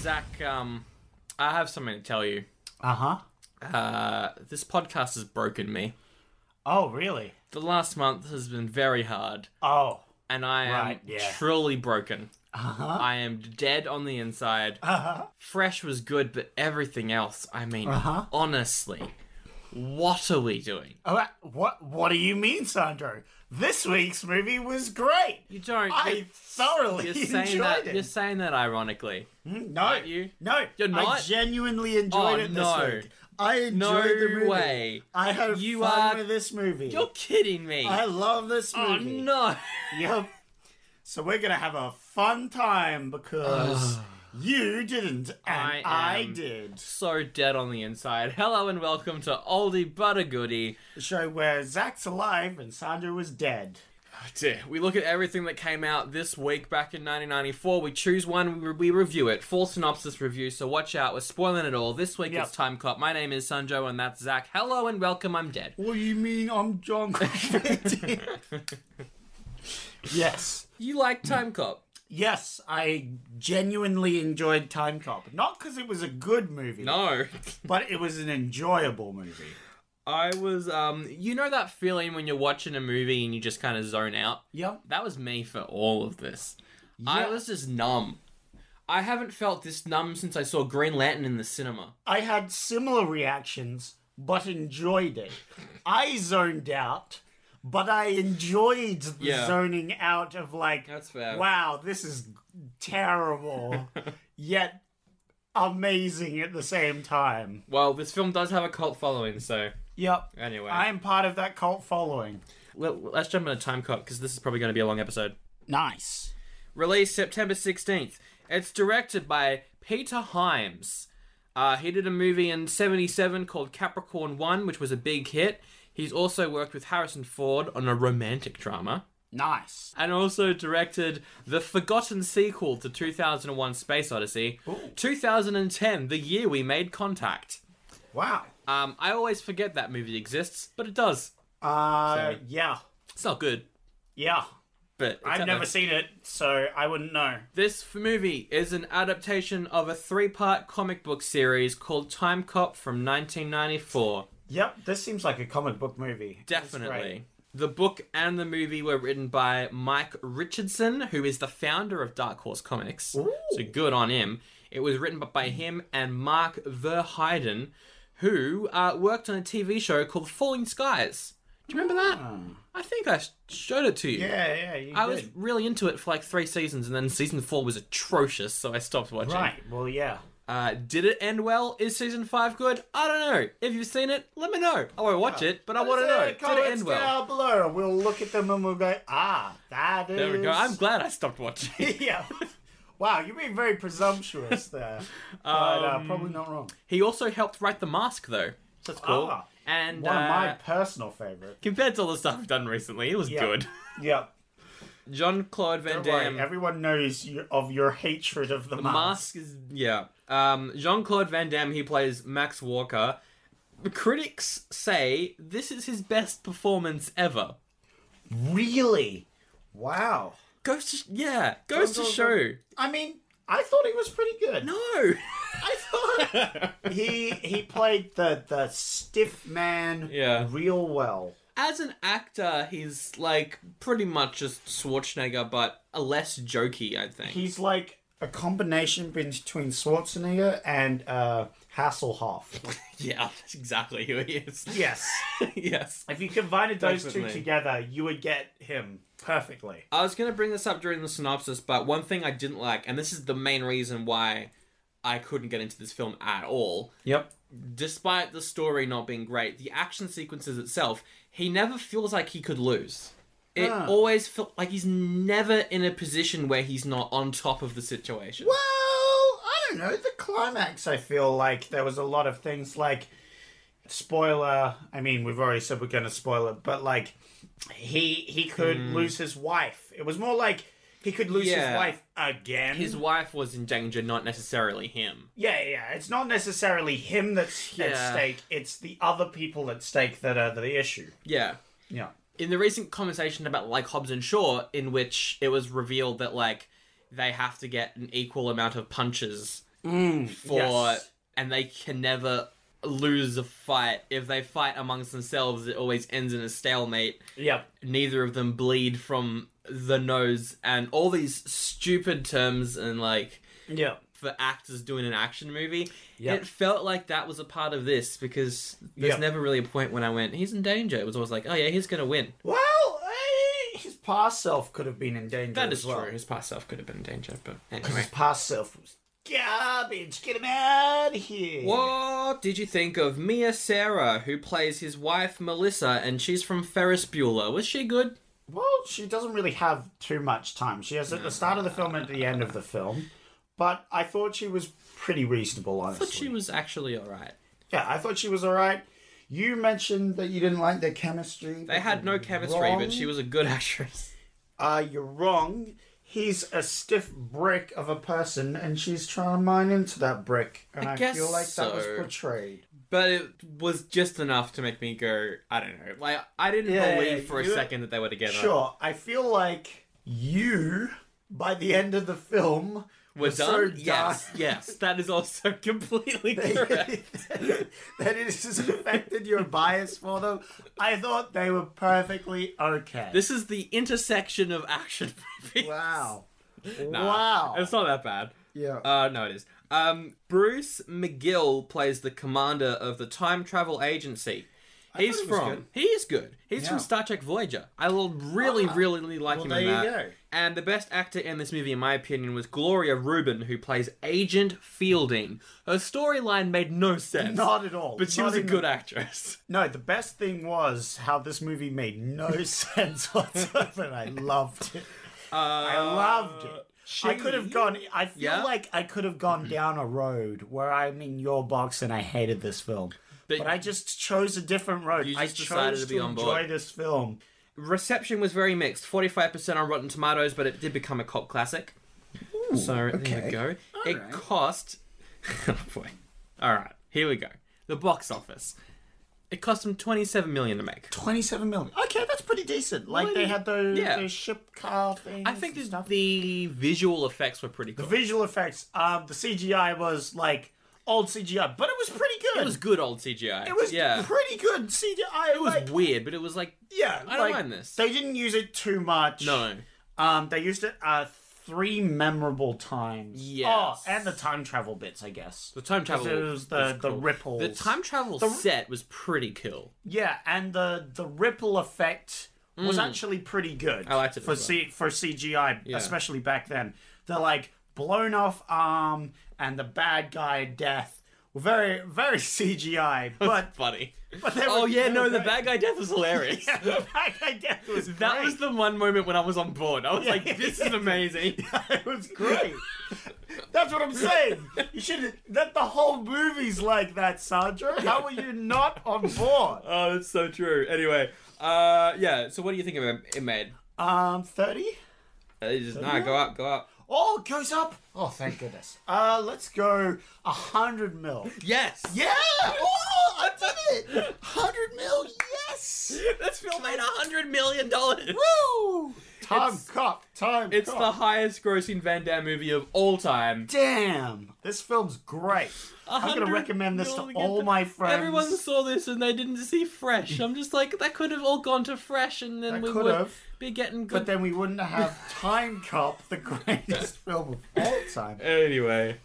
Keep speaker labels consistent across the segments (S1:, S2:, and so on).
S1: Zach, um, I have something to tell you.
S2: Uh
S1: Uh-huh.
S2: huh.
S1: Uh, this podcast has broken me.
S2: Oh, really?
S1: The last month has been very hard,
S2: Oh.
S1: and I am
S2: Right, yeah. Uh-huh.
S1: truly broken. I am dead on the inside. Fresh was good, but everything else, I mean,
S2: Uh-huh.
S1: honestly, what are we doing?
S2: Oh, uh, what? What do you mean, Sandro? This week's movie was great.
S1: You don't.
S2: I thoroughly
S1: you're saying
S2: enjoyed
S1: that.
S2: it.
S1: You're saying that ironically.
S2: no,
S1: aren't you?
S2: no,
S1: You're
S2: I
S1: not?
S2: genuinely enjoyed
S1: Oh,
S2: it this
S1: no.
S2: week. I enjoyed
S1: No
S2: the movie.
S1: way.
S2: I had
S1: You
S2: fun
S1: are-
S2: with this movie.
S1: You're kidding me.
S2: I love this
S1: oh
S2: movie.
S1: no.
S2: Yep. So we're gonna have a fun time because you didn't and
S1: I
S2: I,
S1: am-
S2: did.
S1: So dead on the inside. Hello and welcome to Oldie But a Goodie.
S2: The show where Zach's alive and Sandra was dead.
S1: Oh dear. We look at everything that came out this week back in 1994. We choose one, we, we review it. Full synopsis review, so watch out. We're spoiling it all. This week
S2: Yep.
S1: it's Time Cop. My name is Sanjo and that's Zach. Hello and welcome. I'm dead.
S2: What do you mean I'm John Constantine? yes.
S1: You like Time Cop?
S2: Yes, I genuinely enjoyed Time Cop. Not because it was a good movie,
S1: No.
S2: but it was an enjoyable movie.
S1: I was, um, you know that feeling when you're watching a movie and you just kind of zone out?
S2: Yep.
S1: That was me for all of this. I was just numb. I haven't felt this numb since I saw Green Lantern in the cinema.
S2: I had similar reactions, but enjoyed it. I zoned out, but I enjoyed the
S1: Yeah.
S2: zoning out of like,
S1: That's fair.
S2: wow, this is terrible, yet amazing at the same time.
S1: Well, this film does have a cult following, so
S2: Yep.
S1: anyway.
S2: I am part of that cult following.
S1: Let, let's jump into Time Cop because this is probably going to be a long episode.
S2: Nice.
S1: Released September 16th. It's directed by Peter Himes. Uh, he did a movie in 77 called Capricorn 1, which was a big hit. He's also worked with Harrison Ford on a romantic drama.
S2: Nice.
S1: and also directed the forgotten sequel to 2001 Space Odyssey, 2010, the year we made contact.
S2: Wow.
S1: Um, I always forget that movie exists, but it does.
S2: Uh, yeah.
S1: It's not good,
S2: Yeah.
S1: but it's out
S2: I've never
S1: there.
S2: seen it, so I wouldn't know.
S1: This f- movie is an adaptation of a three part comic book series called Time Cop from 1994.
S2: Yep, this seems like a comic book movie. That's great.
S1: Definitely. The book and the movie were written by Mike Richardson, who is the founder of Dark Horse Comics. So good on him. It was written b- by him and Mark Verheiden, who uh, worked on a TV show called Falling Skies. Do you remember that?
S2: Hmm.
S1: I think I sh- showed it to you.
S2: Yeah, yeah, you
S1: I
S2: did.
S1: was really into it for like three seasons, and then season four was atrocious, so I stopped watching.
S2: Right. Well, yeah.
S1: Uh, did it end well? Is season five good? I don't know. If you've seen it, let me know. I won't
S2: Oh.
S1: watch it, but I want to know. Did it end well?
S2: Down below. We'll look at them and we'll go, ah, that is.
S1: There we go. I'm glad I stopped watching.
S2: yeah. Wow, you're being very presumptuous there. but uh, probably not wrong.
S1: he also helped write The Mask, though. So Um, that's cool.
S2: Ah,
S1: and
S2: One of my
S1: uh,
S2: personal favorites.
S1: compared to all the stuff I've done recently, it was
S2: Yeah.
S1: good.
S2: Yep.
S1: John Claude Van
S2: Don't worry,
S1: Damme.
S2: Everyone knows you, of your hatred of the,
S1: The
S2: mask.
S1: Mask is yeah. Um, Jean Claude Van Damme. He plays Max Walker. Critics say this is his best performance ever.
S2: Really? Wow.
S1: Goes to yeah. Goes to
S2: go, go.
S1: show.
S2: I mean, I thought he was pretty good.
S1: No.
S2: I thought he he played the the stiff man
S1: Yeah.
S2: real well.
S1: As an actor, he's like pretty much just Schwarzenegger, but a less jokey. I think.
S2: He's like a combination between Schwarzenegger and uh, Hasselhoff.
S1: Yeah, that's exactly who he is.
S2: yes.
S1: yes.
S2: If you combined those two
S1: Definitely.
S2: together, you would get him perfectly.
S1: I was going to bring this up during the synopsis, but one thing I didn't like, and this is the main reason why I couldn't get into this film at all,
S2: Yep.
S1: despite the story not being great, the action sequences itself, he never feels like he could lose. It always felt like he's never in a position where he's not on top of the situation.
S2: Well, I don't know. The climax, I feel like there was a lot of things like spoiler. I mean, we've already said we're going to spoil it, but like he he could lose his wife. It was more like he could lose
S1: Hmm. Yeah.
S2: his wife again.
S1: His wife was in danger, not necessarily him.
S2: yeah, yeah. It's not necessarily him that's at
S1: Yeah.
S2: stake. It's the other people at stake that are the issue.
S1: Yeah.
S2: Yeah.
S1: in the recent conversation about like Hobbs and Shaw, in which it was revealed that like they have to get an equal amount of punches for,
S2: yes.
S1: and they can never lose a fight. If they fight amongst themselves, it always ends in a stalemate.
S2: Yep.
S1: Neither of them bleed from the nose, and all these stupid terms and like
S2: Yep.
S1: for actors doing an action movie.
S2: Yep.
S1: It felt like that was a part of this because there's
S2: Yep.
S1: never really a point when I went, he's in danger. It was always like, oh yeah, he's gonna win.
S2: Well, eh, his past self could have been in danger.
S1: That
S2: as
S1: is
S2: well.
S1: true. His past self could have been in danger, but
S2: His
S1: anyway.
S2: past self was garbage. Get him out of here.
S1: What did you think of Mia Sarah, who plays his wife Melissa, and she's from Ferris Bueller? Was she good?
S2: Well, she doesn't really have too much time. She has at the start of the film and at the end of the film. But I thought she was pretty reasonable, honestly.
S1: But she was actually alright.
S2: yeah, I thought she was all right. You mentioned that you didn't like their chemistry.
S1: They had no chemistry,
S2: Wrong.
S1: but she was a good actress.
S2: Uh, you're wrong. He's a stiff brick of a person, and she's trying to mine into that brick. And
S1: I
S2: I,
S1: guess
S2: feel like that was
S1: so.
S2: portrayed.
S1: But it was just enough to make me go, I don't know. Like, I didn't
S2: Yeah,
S1: believe for a
S2: you-
S1: second that they were together.
S2: Sure, I feel like you, by the end of the film,
S1: We're
S2: was so
S1: done? yes, yes. That is also completely correct.
S2: that it has affected your bias for them. I thought they were perfectly okay.
S1: this is the intersection of action movies.
S2: wow.
S1: Nah,
S2: wow.
S1: It's not that bad.
S2: yeah.
S1: Uh, no, it is. Um, Bruce McGill plays the commander of the time travel agency. He's
S2: he was
S1: from.
S2: good.
S1: He is good. He's from
S2: Yeah. Ah.
S1: Star Trek Voyager. I will really, really, like
S2: well,
S1: him
S2: there
S1: in
S2: you
S1: that.
S2: go.
S1: And the best actor in this movie, in my opinion, was Gloria Rubin, who plays Agent Fielding. Her storyline made no sense,
S2: not at all.
S1: but she
S2: Not
S1: was a
S2: in-
S1: good actress.
S2: No, the best thing was how this movie made no sense whatsoever. and I loved it.
S1: Uh,
S2: I loved it. I could have gone. I feel
S1: Yeah. Mm-hmm.
S2: like I could have gone down a road where I'm in your box and I hated this film.
S1: But-
S2: But, I just chose a different road.
S1: You
S2: I
S1: just decided
S2: chose
S1: to be on
S2: enjoy
S1: board.
S2: this film.
S1: Reception was very mixed. Forty-five percent on Rotten Tomatoes, but it did become a cult classic. so there we
S2: okay.
S1: go. it cost. oh boy. All right, here we go. The box office. It cost them twenty-seven million to make.
S2: 27 million. Okay, that's pretty decent. Like they had those,
S1: Yeah.
S2: those ship car things.
S1: I think
S2: and
S1: the,
S2: stuff.
S1: the visual effects were pretty
S2: The
S1: good.
S2: visual effects. Um, the CGI was like old CGI, but it was pretty good.
S1: It was good old CGI.
S2: It was
S1: yeah.
S2: pretty good CGI.
S1: it was
S2: like,
S1: weird, but it was like
S2: yeah.
S1: I don't
S2: like,
S1: mind this.
S2: They didn't use it too much.
S1: no.
S2: Um, they used it uh three memorable times.
S1: Yes.
S2: Oh, and the time travel bits, I guess.
S1: The time travel.
S2: It was the the
S1: cool.
S2: ripples.
S1: The time travel set was pretty cool.
S2: Yeah, and the the ripple effect was actually pretty good. I
S1: Hmm. liked it
S2: for
S1: as well.
S2: C, for CGI, especially back then. The like blown off arm and the bad guy death were very very CGI, but
S1: Funny.
S2: but they
S1: Oh
S2: were-
S1: yeah,
S2: they
S1: no,
S2: were
S1: the
S2: very-
S1: bad guy death was hilarious.
S2: Yeah, the bad guy death was
S1: That
S2: great.
S1: was the one moment when I was on board. I was like, this is amazing.
S2: it was great. That's what I'm saying. You should that the whole movie's like that, Sandra. How are you not on board?
S1: oh, that's so true. Anyway, uh, yeah, so what do you think of it, it made?
S2: Um, thirty.
S1: Uh, it's just, nah, go up, go up.
S2: Oh, it goes up. Oh, thank goodness. Uh, let's go a hundred mil.
S1: Yes!
S2: Yeah! Oh, I did it. Hundred mil. Yes.
S1: This film made a $100 million! It's
S2: Woo! Time cop. Time. cop.
S1: the highest grossing Van Damme movie of all time.
S2: Damn, this film's great. I'm gonna
S1: 100
S2: recommend this to
S1: million
S2: all
S1: dollars.
S2: my friends.
S1: Everyone saw this and they didn't see Fresh. I'm just like, that could have all gone to Fresh and then
S2: That
S1: we
S2: could
S1: would
S2: have.
S1: be getting good.
S2: But then we wouldn't have Time Cop, the greatest film of all time.
S1: anyway.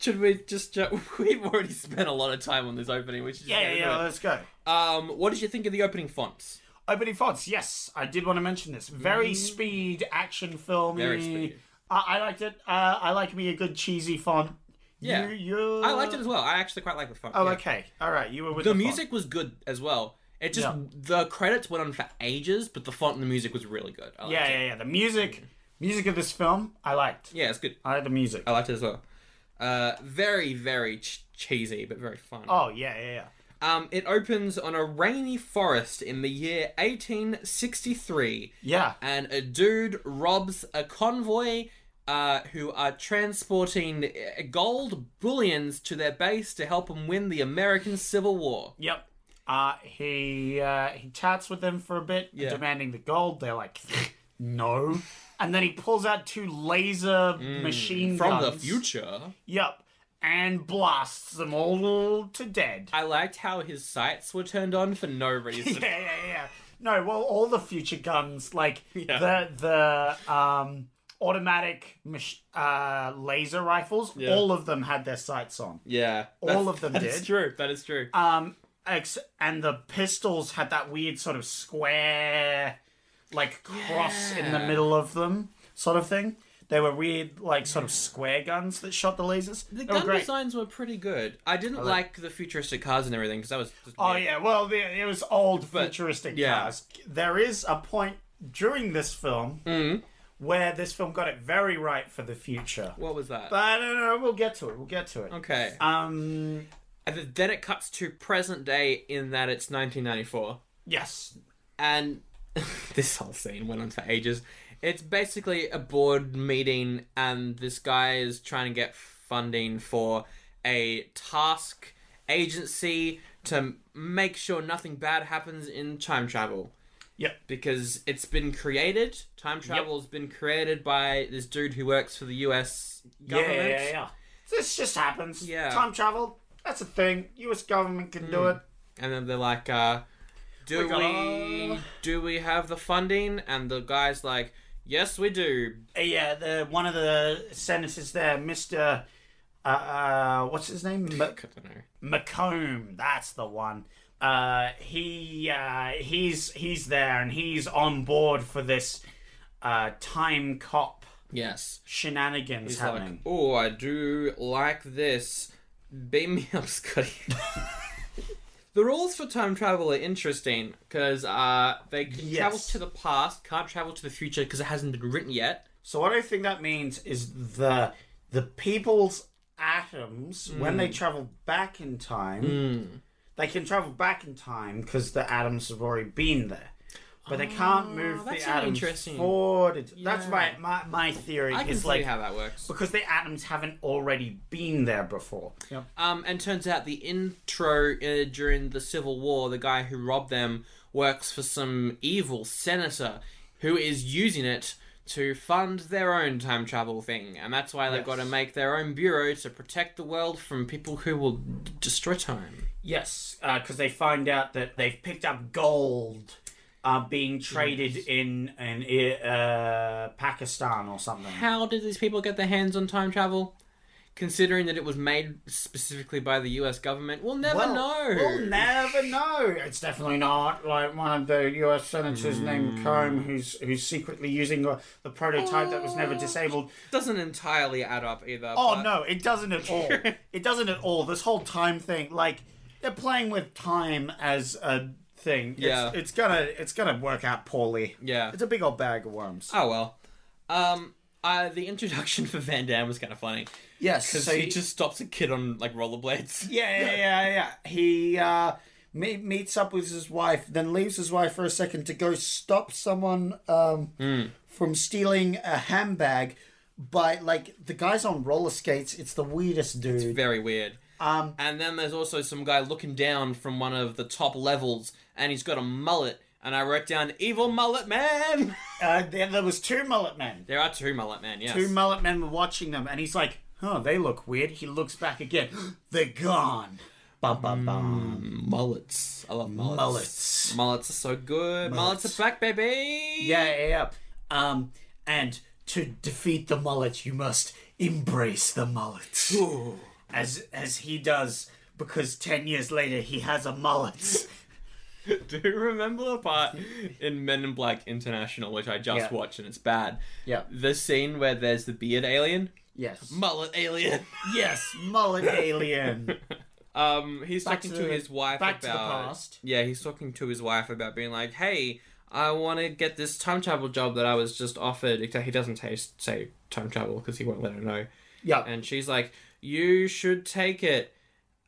S1: Should we just ju- We've already spent a lot of time on this opening, which is
S2: Yeah, yeah, yeah, let's go.
S1: Um, what did you think of the opening fonts?
S2: Opening fonts, yes, I did want to mention this. Very speed action film.
S1: Very speedy.
S2: I, I liked it. Uh, I like me a good cheesy font.
S1: Yeah.
S2: You, you...
S1: I liked it as well. I actually quite like the font.
S2: Oh,
S1: yeah.
S2: okay. All right, you were with
S1: The
S2: font.
S1: music was good as well. It just
S2: Yeah.
S1: the credits went on for ages, but the font and the music was really good. I liked
S2: Yeah,
S1: it.
S2: yeah, yeah. The music, music of this film, I liked.
S1: yeah, it's good.
S2: I liked the music.
S1: I liked it as well. Uh, very, very ch- cheesy, but very fun.
S2: Oh yeah, yeah, yeah.
S1: Um, it opens on a rainy forest in the year 1863,
S2: Yeah.
S1: and a dude robs a convoy uh, who are transporting uh, gold bullions to their base to help them win the American Civil War.
S2: Yep. Uh, he uh, he chats with them for a bit,
S1: Yeah.
S2: demanding the gold. They're like, no. And then he pulls out two laser machine
S1: Mm. From the
S2: guns.
S1: future.
S2: Yep. And blasts them all to dead.
S1: I liked how his sights were turned on for no reason.
S2: yeah, yeah, yeah. No, well, all the future guns, like
S1: Yeah.
S2: the the um, automatic mach- uh, laser rifles,
S1: Yeah.
S2: all of them had their sights on.
S1: Yeah.
S2: All
S1: that's-
S2: of them
S1: that is
S2: did.
S1: true. That is true.
S2: Um, ex- and the pistols had that weird sort of square, like cross in the
S1: Yeah.
S2: middle of them, sort of thing. They were weird, like sort of square guns that shot the lasers.
S1: the
S2: they
S1: gun
S2: were oh, great.
S1: designs were pretty good. I didn't like the futuristic cars and everything because that was. Just
S2: Oh
S1: weird.
S2: yeah, well the, it was old
S1: But,
S2: futuristic
S1: yeah.
S2: cars. There is a point during this film
S1: Mm-hmm.
S2: where this film got it very right for the future.
S1: What was that?
S2: But I don't know. We'll get to it. We'll get to it.
S1: okay.
S2: Um.
S1: And th- then it cuts to present day in that it's 1994.
S2: Yes.
S1: And this whole scene went on for ages. It's basically a board meeting, and this guy is trying to get funding for a task agency to make sure nothing bad happens in time travel.
S2: Yep.
S1: Because it's been created, time travel's been created by this dude who works for the US
S2: Yeah,
S1: government.
S2: yeah, yeah, yeah. This just happens.
S1: Yeah.
S2: Time travel. That's a thing. U.S. government can do it.
S1: and then they're like, uh, "Do
S2: We
S1: we,
S2: got- "Oh."
S1: do we have the funding?" And the guy's like, "Yes, we do."
S2: Uh, yeah. The one of the senators there, Mister. Uh, uh, what's his name? Mc-
S1: I don't know.
S2: Macomb, that's the one. Uh, he uh, he's he's there and he's on board for this uh, time cop
S1: Yes,
S2: shenanigans
S1: He's like,
S2: happening.
S1: "Oh, I do like this." Beam me up, Scotty. the rules for time travel are interesting because uh, they can travel
S2: Yes.
S1: to the past, can't travel to the future because it hasn't been written yet.
S2: So what I think that means is the the people's atoms when
S1: Mm.
S2: they travel back in time, they can travel back in time because the atoms have already been there. But they can't move
S1: Ah, that's
S2: the atoms
S1: interesting.
S2: forward. It's- That's
S1: Yeah.
S2: my, my my theory
S1: I can
S2: is
S1: see
S2: like
S1: how that works.
S2: because the atoms haven't already been there before.
S1: Um, and turns out the intro uh, during the Civil War, the guy who robbed them works for some evil senator who is using it to fund their own time travel thing, and that's why they've got to
S2: Yes.
S1: make their own bureau to protect the world from people who will d- destroy time.
S2: Yes, because they find out that they've picked up gold uh, being traded in in uh, Pakistan or something.
S1: How did these people get their hands on time travel? Considering that it was made specifically by the U.S. government, we'll never
S2: Well,
S1: know.
S2: We'll never know. It's definitely not like one of the U.S. senators named Combe, who's who's secretly using uh, the prototype that was never disabled.
S1: Doesn't entirely add up either.
S2: Oh
S1: but-
S2: no, it doesn't at all. it doesn't at all. This whole time thing, like they're playing with time as a thing. It's,
S1: Yeah.
S2: it's gonna it's gonna work out poorly.
S1: Yeah.
S2: It's a big old bag of worms.
S1: Oh well. Um, uh, the introduction for Van Damme was kind of funny
S2: Yes,
S1: because
S2: so
S1: he
S2: he-
S1: just stops a kid on like rollerblades.
S2: yeah, yeah, yeah, yeah. He uh, me- meets up with his wife, then leaves his wife for a second to go stop someone um, from stealing a handbag. By like the guy's on roller skates. It's the weirdest dude.
S1: Very weird. Um, and then there's also some guy looking down from one of the top levels, and he's got a mullet. And I wrote down "evil mullet man."
S2: uh, there, there was two mullet men.
S1: there are two mullet men. Yes.
S2: Two mullet men were watching them, and he's like, "Huh, they look weird." He looks back again. They're gone. Hmm. Bum bum bum.
S1: mullets. I love mullets.
S2: Mullets.
S1: Mullets are so good. Mullets, are back, baby.
S2: Yeah, yeah, yeah. Um, and to defeat the mullet, you must embrace the mullet. As as he does, because ten years later he has a mullet.
S1: Do you remember the part in Men in Black International, which I just
S2: Yeah.
S1: watched and it's bad?
S2: Yeah.
S1: The scene where there's the beard alien?
S2: Yes.
S1: Mullet alien.
S2: yes, mullet alien.
S1: Um, he's
S2: Back
S1: talking
S2: to
S1: to,
S2: the-
S1: his wife
S2: back
S1: about
S2: to the past.
S1: yeah, he's talking to his wife about being like, hey, I want to get this time travel job that I was just offered. Except he doesn't t- say time travel because he won't let her know.
S2: Yeah.
S1: And she's like, you should take it.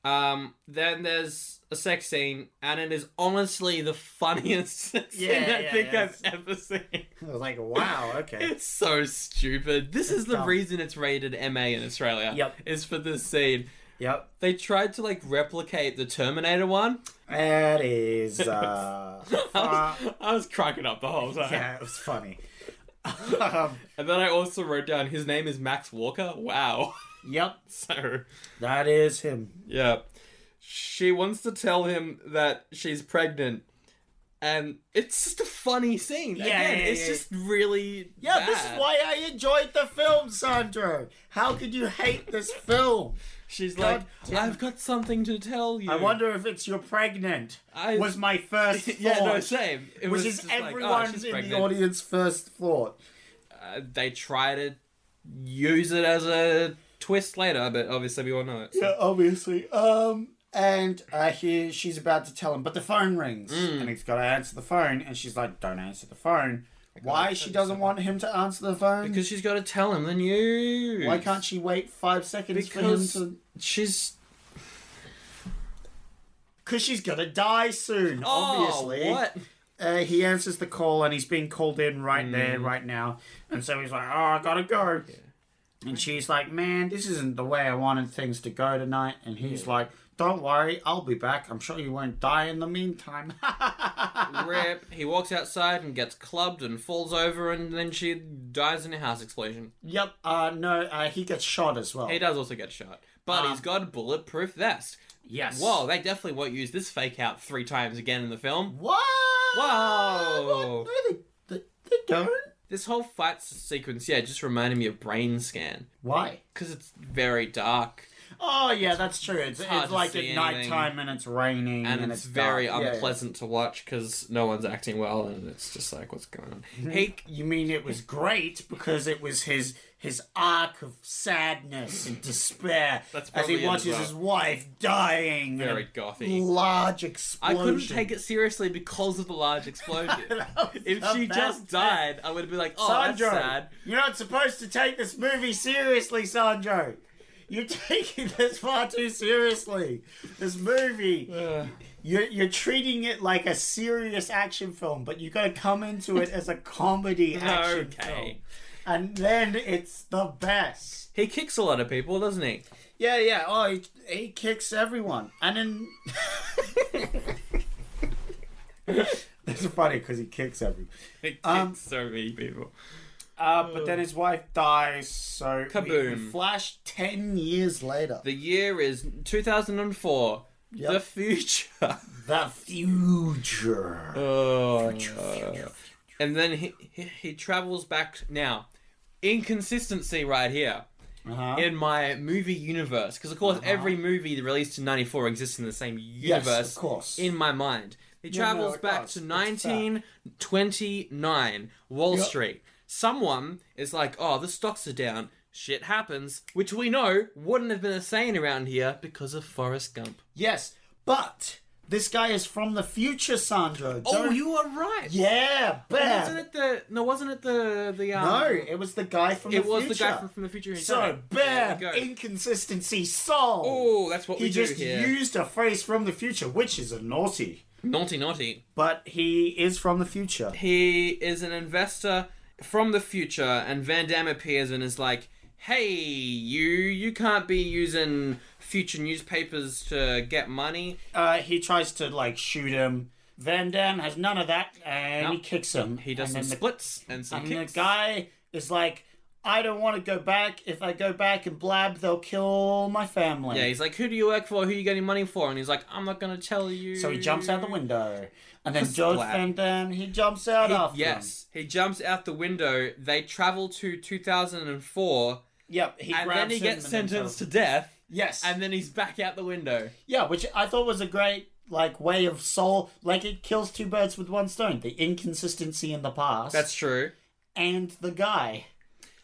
S1: Um, then there's a sex scene, and it is honestly the funniest sex
S2: Yeah,
S1: scene I
S2: yeah,
S1: think
S2: yeah.
S1: I've ever seen.
S2: I was like, wow, okay.
S1: It's so stupid. This is the
S2: dumb.
S1: reason it's rated MA in Australia.
S2: Yep.
S1: Is for this scene.
S2: yep.
S1: They tried to like replicate the Terminator one.
S2: That is uh
S1: I
S2: uh,
S1: was, I was cracking up the whole time.
S2: Yeah, it was funny. um,
S1: And then I also wrote down his name is Max Walker. Wow.
S2: yep,
S1: So,
S2: that is him.
S1: yeah. She wants to tell him that she's pregnant. And it's just a funny scene.
S2: Yeah,
S1: Again,
S2: yeah,
S1: it's
S2: yeah.
S1: just really
S2: Yeah, this is
S1: bad.
S2: why I enjoyed the film, Sandro. How could you hate this film?
S1: she's
S2: God
S1: like, I've got something to tell you.
S2: I wonder if it's you're pregnant.
S1: I-
S2: was my first thought.
S1: yeah, no, same. It was
S2: Which is
S1: just like, oh,
S2: everyone
S1: she's
S2: in the
S1: pregnant.
S2: audience first thought.
S1: Uh, they try to use it as a twist later, but obviously we all know it. so-
S2: Yeah, obviously. Um, and uh, he, she's about to tell him, but the phone rings,
S1: Mm.
S2: and he's got to answer the phone, and she's like, "Don't answer the phone." Why she doesn't want him to answer the phone?
S1: Because she's got to tell him the news.
S2: Why can't she wait five seconds
S1: Because
S2: for him to?
S1: she's
S2: Because she's gonna die soon. obviously.
S1: Oh, what?
S2: Uh, he answers the call, and he's being called in right there,
S1: Mm.
S2: right now, and so he's like, "Oh, I gotta go." And she's like, "Man, this isn't the way I wanted things to go tonight." And he's like, "Don't worry, I'll be back. I'm sure you won't die in the meantime."
S1: Rip. He walks outside and gets clubbed and falls over, and then she dies in a house explosion.
S2: Yep. Uh, no, uh, he gets shot as well.
S1: He does also get shot, but he's got a bulletproof vest.
S2: Yes.
S1: Whoa, they definitely won't use this fake out three times again in the film.
S2: What?
S1: Whoa.
S2: What? No, they, they, they don't.
S1: This whole fight s- sequence, yeah, just reminded me of Brain Scan
S2: Why?
S1: because it's very dark
S2: Oh yeah, that's true. It's, it's,
S1: hard to
S2: like
S1: see
S2: at
S1: anything.
S2: nighttime and it's raining
S1: and,
S2: and,
S1: it's, very
S2: dark. Yeah, yeah.
S1: unpleasant to watch because no one's acting well, and it's just like, what's going on? He
S2: You mean it was great because it was his his arc of sadness and despair
S1: That's
S2: as
S1: probably it
S2: he
S1: as
S2: watches
S1: well.
S2: his wife dying. in a
S1: Very gothy.
S2: Large
S1: I
S2: explosion.
S1: couldn't take it seriously because of the large explosion. if she just died, I would have been like, oh,
S2: Sandro,
S1: that's sad.
S2: you're not supposed to take this movie seriously, Sandro. You're taking this far too seriously. This movie, you're, you're treating it like a serious action film, but you gotta come into it as a comedy action film.
S1: Okay.
S2: And then it's the best.
S1: He kicks a lot of people, doesn't he?
S2: Yeah, yeah. Oh, he, he kicks everyone, and then that's funny because he kicks everyone.
S1: He kicks
S2: Um,
S1: so many people.
S2: Uh, but then his wife dies, so we- We,
S1: Kaboom.
S2: flash ten years later.
S1: The year is 2004. The future.
S2: The future.
S1: Oh. and then he, he, he travels back now. Inconsistency right here.
S2: Uh-huh.
S1: in my movie universe because of course every movie released in 94 exists in the same universe
S2: of course.
S1: in my mind he travels
S2: no, of
S1: back
S2: course.
S1: to
S2: It's
S1: 1929 wall
S2: Yep.
S1: street someone is like oh the stocks are down shit happens which we know wouldn't have been a saying around here because of forrest gump
S2: yes, but this guy is from the future, Sandro. Don't-
S1: Oh, you are right
S2: Yeah,
S1: wasn't
S2: bad.
S1: it the no wasn't it the the um,
S2: No, it was the guy from
S1: it
S2: the
S1: was
S2: future.
S1: the guy from, from the future who done
S2: So
S1: it. There
S2: bam,
S1: we go.
S2: inconsistency solved.
S1: Oh, that's what
S2: he
S1: we do
S2: just
S1: here.
S2: used a phrase from the future, which is a naughty.
S1: naughty naughty
S2: But he is from the future.
S1: He is an investor from the future, and Van Damme appears and is like, "Hey, you! You can't be using future newspapers to get money."
S2: Uh, he tries to like shoot him. Van Damme has none of that, and he
S1: Nope.
S2: kicks him.
S1: He does some
S2: and then
S1: splits and
S2: The,
S1: some
S2: and
S1: kicks.
S2: the guy is like, "I don't want to go back. If I go back and blab, they'll kill my family."
S1: yeah, he's like, "Who do you work for? Who are you getting money for?" And he's like, "I'm not gonna tell you."
S2: so he jumps out the window, and then George
S1: splat.
S2: Van Damme he jumps out
S1: He-
S2: after him.
S1: yes, he jumps out the window. They travel to 2004,
S2: Yep. He
S1: and
S2: grabs
S1: then he
S2: him
S1: gets
S2: and then
S1: sentenced
S2: tells-
S1: to death,
S2: Yes.
S1: and then he's back out the window.
S2: Yeah, which I thought was a great like way of soul. Like it kills two birds with one stone: the inconsistency in the past,
S1: That's true.
S2: and the guy.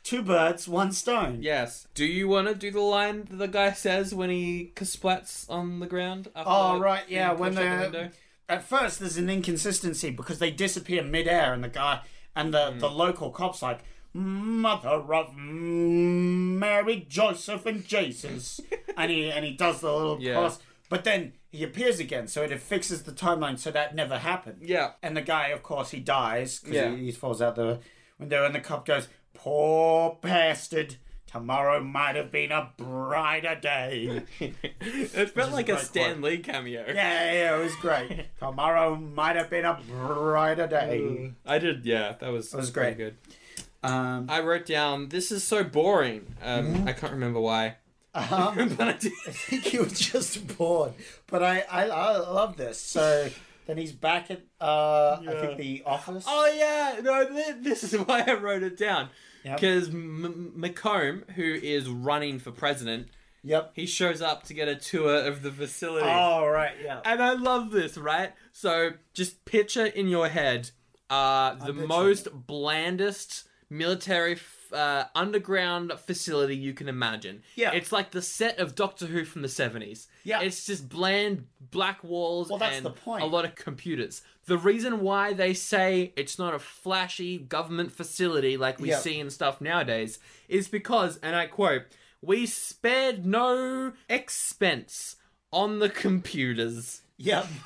S2: two birds, one stone.
S1: Yes. Do you want to do the line that the guy says when he splats on the ground? After
S3: Oh, right, yeah,
S1: being
S3: when
S1: pushed out
S3: the-
S1: window?
S2: At first, there's an inconsistency because they disappear midair, and the guy and the, the
S1: Mm.
S2: local cops like, "Mother of Mary, Joseph, and Jesus," and he and he does the little
S1: Yeah.
S2: cross, but then he appears again, so it fixes the timeline, so that never happened.
S1: Yeah.
S2: And the guy, of course, he dies because
S1: Yeah.
S2: he, he falls out the window, and the cop goes, "Poor bastard." Tomorrow might have been a brighter day.
S1: it felt like a
S2: great
S1: Stan Lee cameo.
S2: Yeah, yeah, it was great. Tomorrow might have been a brighter day.
S1: I did. Yeah, that was that
S2: was great.
S1: Good. Mm.
S2: Um,
S1: I wrote down. This is so boring. Um, I can't remember why.
S2: um,
S1: but I did.
S2: I think he was just bored, but I, I, I love this. So then he's back at uh, I think the office.
S1: Oh yeah, no. Th- this is why I wrote it down.
S2: Yep.
S1: Because M- Macomb, who is running for president,
S2: Yep.
S1: he shows up to get a tour of the facility.
S2: Oh right, yeah.
S1: And I love this, right? So just picture in your head uh, the
S2: picturing
S1: most blandest military f- uh, underground facility you can imagine.
S2: Yeah.
S1: It's like the set of Doctor Who from the 70s.
S2: Yeah.
S1: It's just bland black walls
S2: Well, that's
S1: and
S2: the point.
S1: a lot of computers. The reason why they say it's not a flashy government facility like we
S2: Yeah.
S1: see in stuff nowadays is because, and I quote, we spared no expense on the computers.
S2: Yep.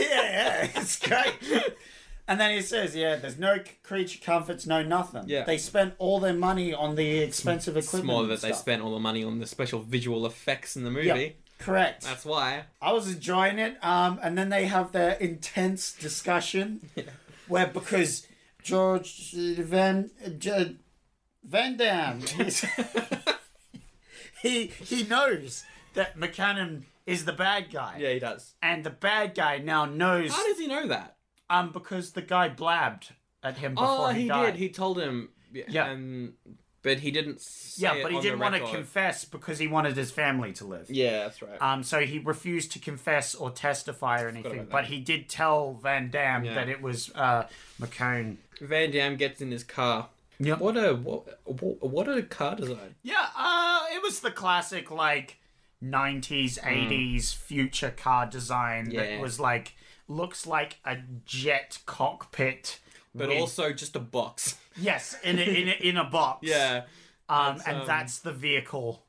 S2: yeah, yeah, it's great. And then he says, "Yeah, there's no c- creature comforts, no nothing.
S1: Yeah.
S2: They spent all their money on the expensive
S1: It's
S2: equipment.
S1: more
S2: and
S1: that they
S2: stuff.
S1: spent all the money on the special visual effects in the movie.
S2: Yep, Correct.
S1: That's why.
S2: I was enjoying it. Um, and then they have their intense discussion where because George uh, Van uh, J- Van Dam he he knows that McCannon is the bad guy,
S1: Yeah, he does.
S2: and the bad guy now knows
S1: How does he know that?
S2: um because the guy blabbed at him before
S1: Oh,
S2: he,
S1: he,
S2: died.
S1: did. He told him.
S2: Yeah.
S1: And, but he didn't. Say
S2: yeah, but he didn't want
S1: want
S2: to confess because he wanted his family to live.
S1: Yeah, that's right.
S2: Um, so he refused to confess or testify or anything,
S1: about
S2: but he did tell Van Damme
S1: Yeah.
S2: that it was uh, McCone.
S1: Van Damme gets in his car.
S2: Yep.
S1: What a what, what a car design.
S2: Yeah, uh, it was the classic like '90s, '80s future car design
S1: Yeah.
S2: that was like looks like a jet cockpit,
S1: But
S2: with-
S1: also just a box.
S2: yes, in a, in a, in a box.
S1: Yeah.
S2: um,
S1: that's,
S2: and
S1: um,
S2: that's the vehicle.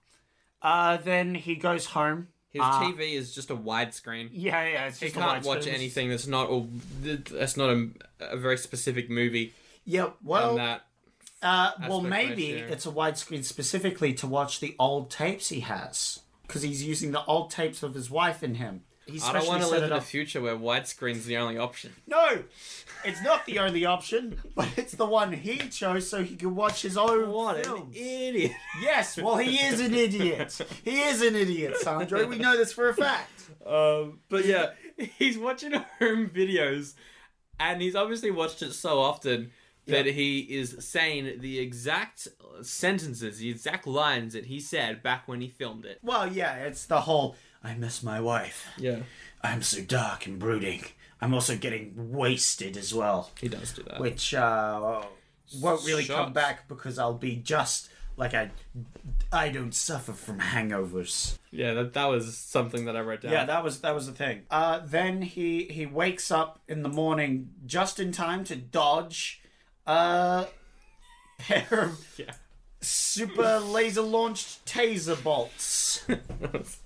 S2: Uh, then he goes home.
S1: His
S2: Uh,
S1: TV is just a widescreen.
S2: Yeah, yeah, it's
S1: He
S2: just a
S1: can't
S2: widescreen.
S1: watch anything that's not all. That's not a, a very specific movie.
S2: Yeah,
S1: on
S2: well,
S1: that.
S2: Uh, well,
S1: the
S2: maybe
S1: question.
S2: it's a widescreen specifically to watch the old tapes he has because he's using the old tapes of his wife and him. He's
S1: I don't want to live in a future where widescreen's the only option.
S2: No, it's not the only option, but it's the one he chose so he could watch his own
S1: What an
S2: films.
S1: idiot!
S2: yes, well, he is an idiot. He is an idiot, Sandro. We know this for a fact.
S1: Um, but yeah, he's watching home videos, and he's obviously watched it so often that he is saying the exact sentences, the exact lines that he said back when he filmed it.
S2: Well, yeah, it's the whole I miss my wife.
S1: Yeah,
S2: I'm so dark and brooding. I'm also getting wasted as well.
S1: he does do that.
S2: which uh, won't really
S1: Shucks.
S2: come back because I'll be just like I. I don't suffer from hangovers.
S1: Yeah, that, that was something that I wrote down.
S2: Yeah, that was that was the thing. Uh, then he he wakes up in the morning just in time to dodge a pair of super laser launched taser bolts
S1: that was,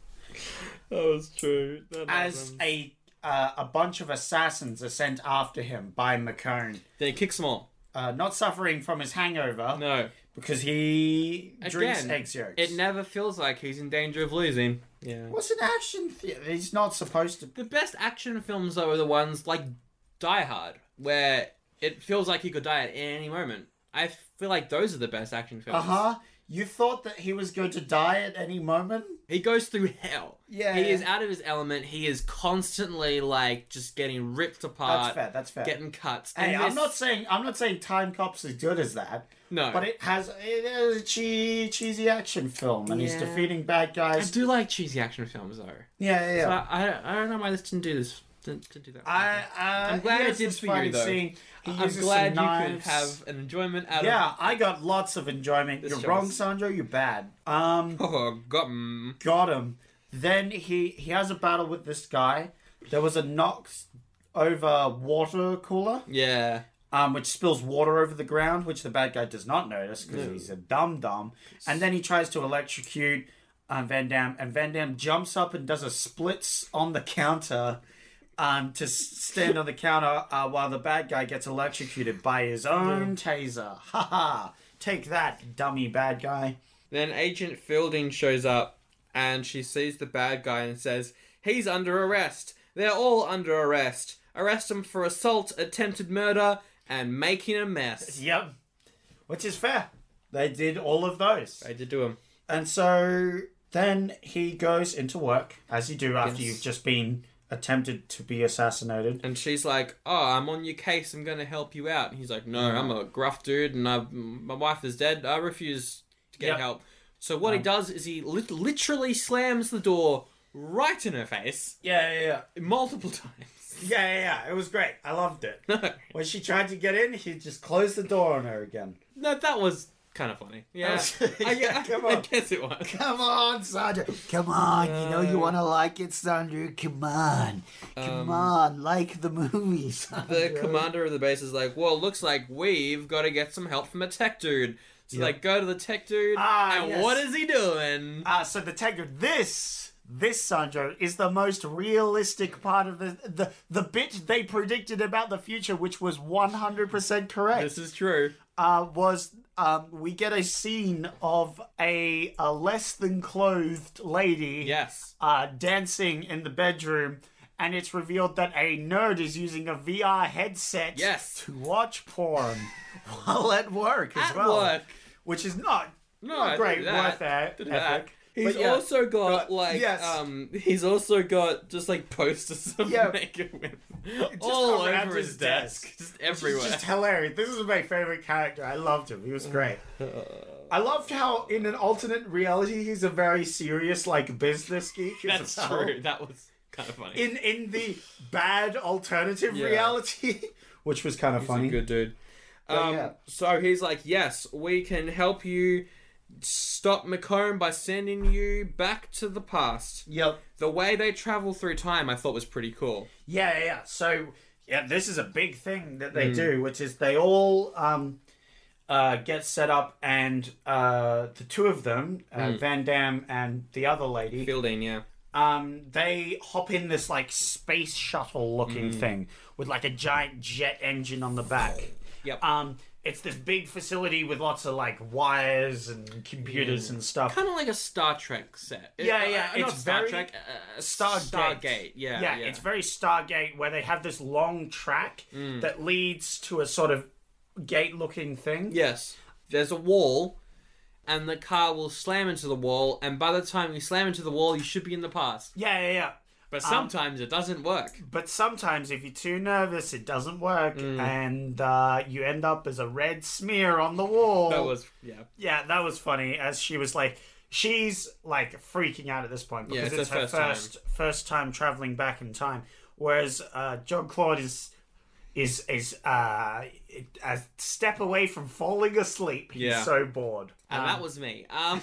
S1: that was true. That um,
S2: as
S1: happened.
S2: a uh, a bunch of assassins are sent after him by McCone.
S1: then he kicks them all.
S2: Uh, not suffering from his hangover
S1: No,
S2: because he drinks
S1: Again,
S2: eggs yolks.
S1: it never feels like he's in danger of losing. Yeah.
S2: What's an action theater? He's not supposed to.
S1: The best action films though are the ones like Die Hard, where it feels like he could die at any moment. I feel like those are the best action films.
S2: Uh huh. You thought that he was going to die at any moment?
S1: He goes through hell.
S2: Yeah.
S1: He is out of his element. He is constantly like just getting ripped
S2: That's
S1: apart,
S2: fair. That's fair.
S1: getting cuts. And
S2: hey, I'm
S1: Uh, this-
S2: not saying I'm not saying Time Cop's as good as that,
S1: No.
S2: but it has it is a chee- cheesy action film, and he's
S1: Yeah.
S2: defeating bad
S1: I
S2: guys.
S1: do like cheesy action films though.
S2: Yeah, yeah. yeah.
S1: I, I I don't know why this didn't do this didn't, didn't do that.
S2: I, uh,
S1: I'm glad
S2: yes,
S1: it did
S2: it's
S1: for you,
S2: fine
S1: though.
S2: Scene. He
S1: I'm
S2: uses
S1: glad
S2: some
S1: you could
S2: knives.
S1: have an enjoyment out
S2: Yeah, I got lots of enjoyment.
S1: This
S2: You're
S1: shows.
S2: wrong, Sandro. You're bad. Um,
S1: of. Oh, got. mm.
S2: got him. Then he he has a battle with this guy. There was a knocks over water cooler,
S1: Yeah.
S2: um, which spills water over the ground, which the bad guy does not notice because he's a dumb dumb. And then he tries to electrocute um, Van Damme, and Van Damme jumps up and does a splits on the counter. Um, to s- stand on the counter uh, while the bad guy gets electrocuted by his own taser. Ha ha! Take that, dummy bad guy.
S1: Then Agent Fielding shows up and she sees the bad guy and says, He's under arrest. They're all under arrest. Arrest him for assault, attempted murder, and making a mess.
S2: Yep. Which is fair. They did all of those.
S1: I did do him.
S2: And so then he goes into work, as you do
S1: Yes.
S2: after you've just been attempted to be assassinated.
S1: And she's like, Oh, I'm on your case. I'm going to help you out. And he's like, No, I'm a gruff dude and I've, my wife is dead. I refuse to get
S2: Yep.
S1: help. So what he does is he lit literally slams the door right in her face
S2: Yeah, yeah, yeah.
S1: multiple times.
S2: Yeah, yeah, yeah. It was great. I loved it. when she tried to get in, he just closed the door on her again.
S1: no, that was kind of funny. Yeah.
S2: was-
S1: I,
S2: Yeah,
S1: I-
S2: come
S1: I
S2: on.
S1: guess it was.
S2: Come on, Sandra. Come on. you know you want to like it, Sandra. Come on. Come on. Like the movie, Sandra.
S1: the commander of the base is like, "Well, looks like we've got to get some help from a tech dude." So they go to the tech dude,
S2: Ah,
S1: and
S2: yes.
S1: what is he doing?
S2: Uh, so the tagger, this, this Sanjo is the most realistic part of the, the the bit they predicted about the future, which was one hundred percent correct.
S1: this is true.
S2: Uh, was um, we get a scene of a, a less than clothed lady,
S1: Yes.
S2: uh, dancing in the bedroom, and it's revealed that a nerd is using a VR headset,
S1: Yes.
S2: to watch porn while at work as
S1: At
S2: well,
S1: work.
S2: which is not
S1: No,
S2: not
S1: I
S2: great
S1: did that.
S2: worth that
S1: Did that.
S2: ethic.
S1: He's
S2: But yeah.
S1: also got,
S2: Got-
S1: like
S2: yes.
S1: um he's also got just like posters of
S2: Yeah.
S1: naked women all
S2: around
S1: over his,
S2: his
S1: desk.
S2: desk.
S1: just
S2: He's
S1: everywhere.
S2: just hilarious. This is my favorite character. I loved him. He was great. I loved how in an alternate reality he's a very serious like business geek. as
S1: That's
S2: well.
S1: true. That was kind of funny.
S2: In in the bad alternative
S1: Yeah.
S2: reality, which was kind of
S1: He's a
S2: funny.
S1: good dude. Um,
S2: yeah.
S1: So he's like, yes, we can help you stop Macomb by sending you back to the past.
S2: Yep.
S1: The way they travel through time, I thought was pretty cool.
S2: Yeah, yeah, yeah. So yeah, this is a big thing that
S1: Hmm.
S2: they do, which is they all um, uh, get set up, and uh, the two of them, uh,
S1: Hmm.
S2: Van Damme and the other lady,
S1: Building, yeah.
S2: um, they hop in this like space shuttle looking
S1: Mm.
S2: thing with like a giant jet engine on the back.
S1: Yep.
S2: Um, it's this big facility with lots of like wires and computers and stuff.
S1: Kind of like a Star Trek set. It-
S2: Yeah, yeah,
S1: Mm. uh, not
S2: it's
S1: Star
S2: very-
S1: Trek. Uh,
S2: Stargate.
S1: Stargate. Yeah,
S2: yeah,
S1: yeah.
S2: it's very Stargate where they have this long track
S1: Mm.
S2: that leads to a sort of gate looking thing.
S1: yes. There's a wall, and the car will slam into the wall. And by the time you slam into the wall, you should be in the past. Um,
S2: Yeah, yeah, yeah.
S1: But sometimes it doesn't work.
S2: But sometimes if you're too nervous, it doesn't work,
S1: Mm.
S2: and uh, you end up as a red smear on the wall.
S1: That was yeah.
S2: Yeah, that was funny. As she was like, she's like freaking out at this point
S1: Yeah,
S2: because
S1: it's
S2: it's,
S1: her
S2: her
S1: first time.
S2: first first time traveling back in time. Whereas uh, John Claude is is is uh, a step away from falling asleep. He's
S1: Yeah.
S2: so bored.
S1: And that was me. Um.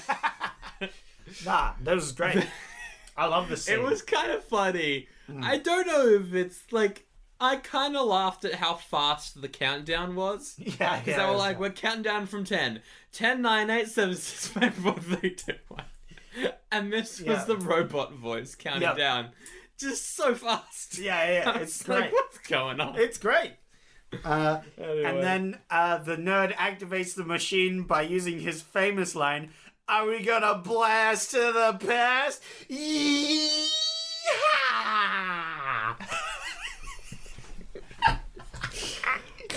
S2: Nah, that was great. I love this scene.
S1: It was kind of funny.
S2: Hmm.
S1: I don't know if it's like I kind of laughed at how fast the countdown was.
S2: yeah, yeah.
S1: Because
S2: it
S1: they were
S2: was
S1: like,
S2: fun.
S1: we're counting down from 10. 10, 9, 8, 7, 6, 5, 4, 3, 2, 1. And this
S2: Yeah.
S1: was the robot voice counting
S2: Yep.
S1: down. Just so fast.
S2: yeah, yeah, yeah, it's
S1: It's
S2: great.
S1: like, what's going on?
S2: It's great. Uh,
S1: Anyway.
S2: And then uh, the nerd activates the machine by using his famous line Are we gonna blast to the past? Yee-haw!"